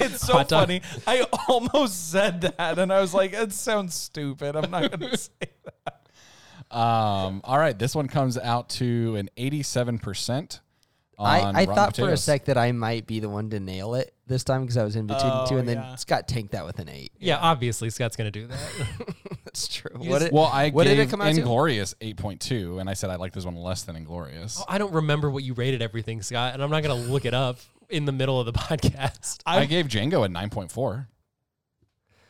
Speaker 6: It's so
Speaker 3: Hot dog.
Speaker 6: funny. I almost said that and I was like, it sounds stupid. I'm not going to (laughs) say that.
Speaker 4: Um, all right, this one comes out to an 87%. on
Speaker 5: I, I
Speaker 4: Rotten
Speaker 5: thought for a
Speaker 4: Potatoes.
Speaker 5: sec that I might be the one to nail it this time because I was in between two,
Speaker 6: Oh,
Speaker 5: and then
Speaker 6: yeah.
Speaker 5: Scott tanked that with an eight. (laughs)
Speaker 3: yeah, obviously Scott's gonna do that.
Speaker 5: That's true. What did,
Speaker 4: Well, I
Speaker 5: what
Speaker 4: gave
Speaker 5: did it come out to?
Speaker 4: Inglorious 8.2, and I said I like this one less than Inglorious.
Speaker 3: I don't remember what you rated everything, Scott, and I'm not going to look it up in the middle of the (laughs) podcast.
Speaker 4: I gave Django a 9.4.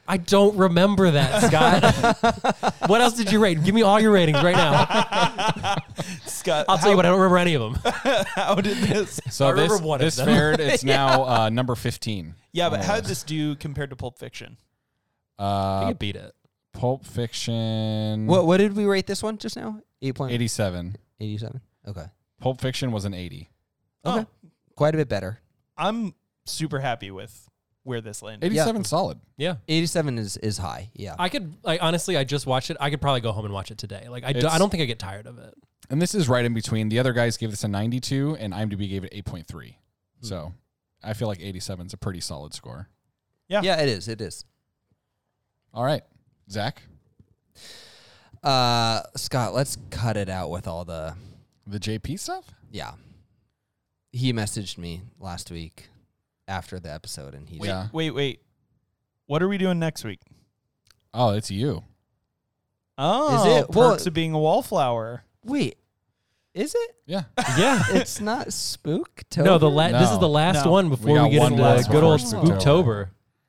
Speaker 3: I don't remember that, Scott. (laughs) what else did you rate? Give me all your ratings right now.
Speaker 6: Scott,
Speaker 3: I'll tell you what, I don't remember any of them.
Speaker 6: how did this?
Speaker 3: I
Speaker 4: So
Speaker 3: remember
Speaker 4: this,
Speaker 3: one of
Speaker 4: this
Speaker 3: them.
Speaker 4: fared.
Speaker 5: (laughs)
Speaker 4: It's now uh, number 15.
Speaker 6: Yeah, but
Speaker 4: on the
Speaker 6: how did (laughs)
Speaker 4: list.
Speaker 6: this do compared to Pulp Fiction?
Speaker 4: Uh,
Speaker 3: you beat it.
Speaker 4: Pulp Fiction
Speaker 5: what, what did we rate this one just now? Eight point
Speaker 4: 87.
Speaker 5: eighty-seven. Okay.
Speaker 4: Pulp Fiction was an 80.
Speaker 5: Okay. Quite a bit better.
Speaker 6: I'm super happy with where this landed.
Speaker 4: 87 solid.
Speaker 3: Yeah.
Speaker 5: Eighty-seven is is high. Yeah.
Speaker 3: I could, like, honestly, I just watched it. I could probably go home and watch it today. Like, I, do,
Speaker 4: It's-
Speaker 3: I don't think I get tired of it.
Speaker 4: And this is right in between. The other guys gave this a 92,
Speaker 3: Hmm.
Speaker 4: and IMDb gave it 8.3. So I feel like 87 is a pretty solid score.
Speaker 6: Yeah.
Speaker 5: Yeah, it is. It is.
Speaker 4: All right, Zach,
Speaker 5: Uh, Scott, let's cut it out with all the.
Speaker 4: the JP stuff.
Speaker 5: Yeah. He messaged me last week after the episode, and he's
Speaker 4: Yeah.
Speaker 6: Wait, wait. What are we doing next week?
Speaker 4: Oh, it's you.
Speaker 6: Oh,
Speaker 5: it?
Speaker 6: perks
Speaker 5: Well-
Speaker 6: of being a wallflower.
Speaker 5: wait, is it?
Speaker 3: (laughs)
Speaker 4: Yeah.
Speaker 3: Yeah.
Speaker 5: It's not (laughs) spooked.
Speaker 3: No, the la- this is
Speaker 4: No.
Speaker 3: the last
Speaker 6: No.
Speaker 3: one before we,
Speaker 4: got
Speaker 3: get
Speaker 4: one
Speaker 3: into
Speaker 4: last
Speaker 3: good old
Speaker 4: before Spooktober.
Speaker 3: Spooktober.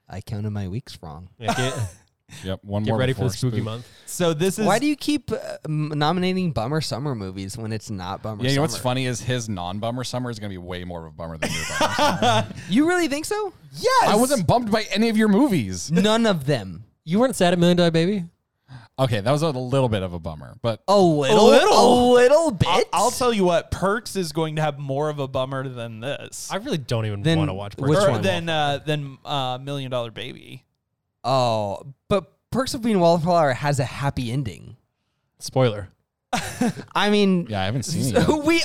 Speaker 5: I counted my weeks wrong.
Speaker 3: Yeah, (laughs) get
Speaker 4: Yep. (laughs) One
Speaker 3: get
Speaker 4: more.
Speaker 3: ready for the
Speaker 4: before
Speaker 3: spooky
Speaker 4: spook.
Speaker 3: month.
Speaker 6: (laughs) So this is
Speaker 5: Why do you keep uh, m- nominating bummer summer movies when it's not bummer?
Speaker 4: Yeah, you know what's
Speaker 5: summer?
Speaker 4: funny is his non-bummer summer is going to be way more of a bummer than your
Speaker 3: (laughs)
Speaker 4: bummer. summer.
Speaker 5: You really think so?
Speaker 6: Yes.
Speaker 4: I wasn't bummed by any of your movies.
Speaker 5: None of them.
Speaker 3: You weren't sad at Million Dollar Baby?
Speaker 4: Okay, that was a little bit of a bummer, but
Speaker 3: Oh.
Speaker 5: A little, a
Speaker 6: little.
Speaker 5: little bit.
Speaker 6: I'll, I'll tell you what, Perks is going to have more of a bummer than this.
Speaker 3: I really don't even
Speaker 5: Then
Speaker 3: want to watch
Speaker 5: which
Speaker 3: Breaking
Speaker 6: or
Speaker 5: one?
Speaker 6: than uh, than uh, Million Dollar Baby.
Speaker 5: Oh, but Perks of Being a Wallflower has a happy ending.
Speaker 3: Spoiler.
Speaker 5: I mean,
Speaker 4: yeah,
Speaker 3: (laughs)
Speaker 4: I haven't
Speaker 5: (laughs)
Speaker 4: seen it.
Speaker 5: so
Speaker 4: Yet.
Speaker 5: we.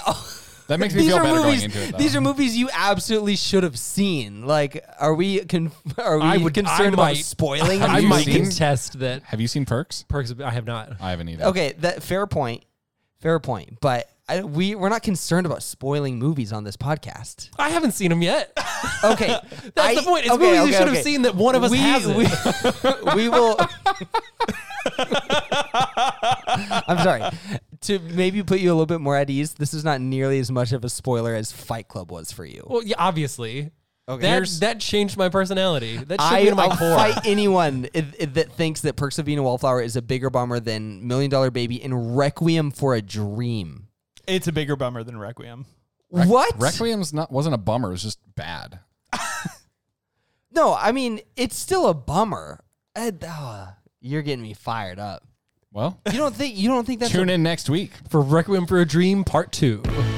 Speaker 4: That
Speaker 5: (laughs)
Speaker 4: makes me feel better going into it, though.
Speaker 5: These are movies you absolutely should have seen. Like, are we con- (laughs) are we
Speaker 3: I would-
Speaker 5: concerned
Speaker 3: I
Speaker 5: about
Speaker 3: might-
Speaker 4: (laughs)
Speaker 3: (laughs)
Speaker 5: spoiling?
Speaker 3: I
Speaker 4: you
Speaker 3: might
Speaker 4: seen-
Speaker 3: contest that
Speaker 4: Have you seen Perks?
Speaker 3: Perks. Of, I have not.
Speaker 4: I haven't either.
Speaker 5: okay, that fair point. Fair point. But I, we we're not concerned about spoiling movies on this podcast.
Speaker 3: I haven't seen them yet.
Speaker 5: Okay,
Speaker 3: (laughs) That's
Speaker 5: I-
Speaker 3: the point. It's
Speaker 5: okay,
Speaker 3: movies you
Speaker 5: okay,
Speaker 3: should have
Speaker 5: okay.
Speaker 3: seen that one of us
Speaker 5: we,
Speaker 3: hasn't.
Speaker 5: We, (laughs) we
Speaker 3: (laughs)
Speaker 5: will. I'm sorry. To maybe put you a little bit more at ease, this is not nearly as much of a spoiler as Fight Club was for you.
Speaker 3: well, yeah, obviously.
Speaker 5: Okay.
Speaker 3: That,
Speaker 5: Here's-
Speaker 3: that changed my personality. That should
Speaker 5: I,
Speaker 3: be to my
Speaker 5: I'll
Speaker 3: core.
Speaker 5: fight anyone i- i- that thinks that Perks of Being a Wallflower is a bigger bummer than Million Dollar Baby and Requiem for a Dream.
Speaker 6: It's a bigger bummer than Requiem.
Speaker 5: what?
Speaker 4: Requiem's not wasn't a bummer. It was just bad.
Speaker 5: no, I mean it's still a bummer. Uh, uh, you're getting me fired up.
Speaker 4: Well,
Speaker 3: (laughs)
Speaker 5: You don't think you don't think that's a
Speaker 4: tune in next week.
Speaker 3: For Requiem for a Dream Part 2.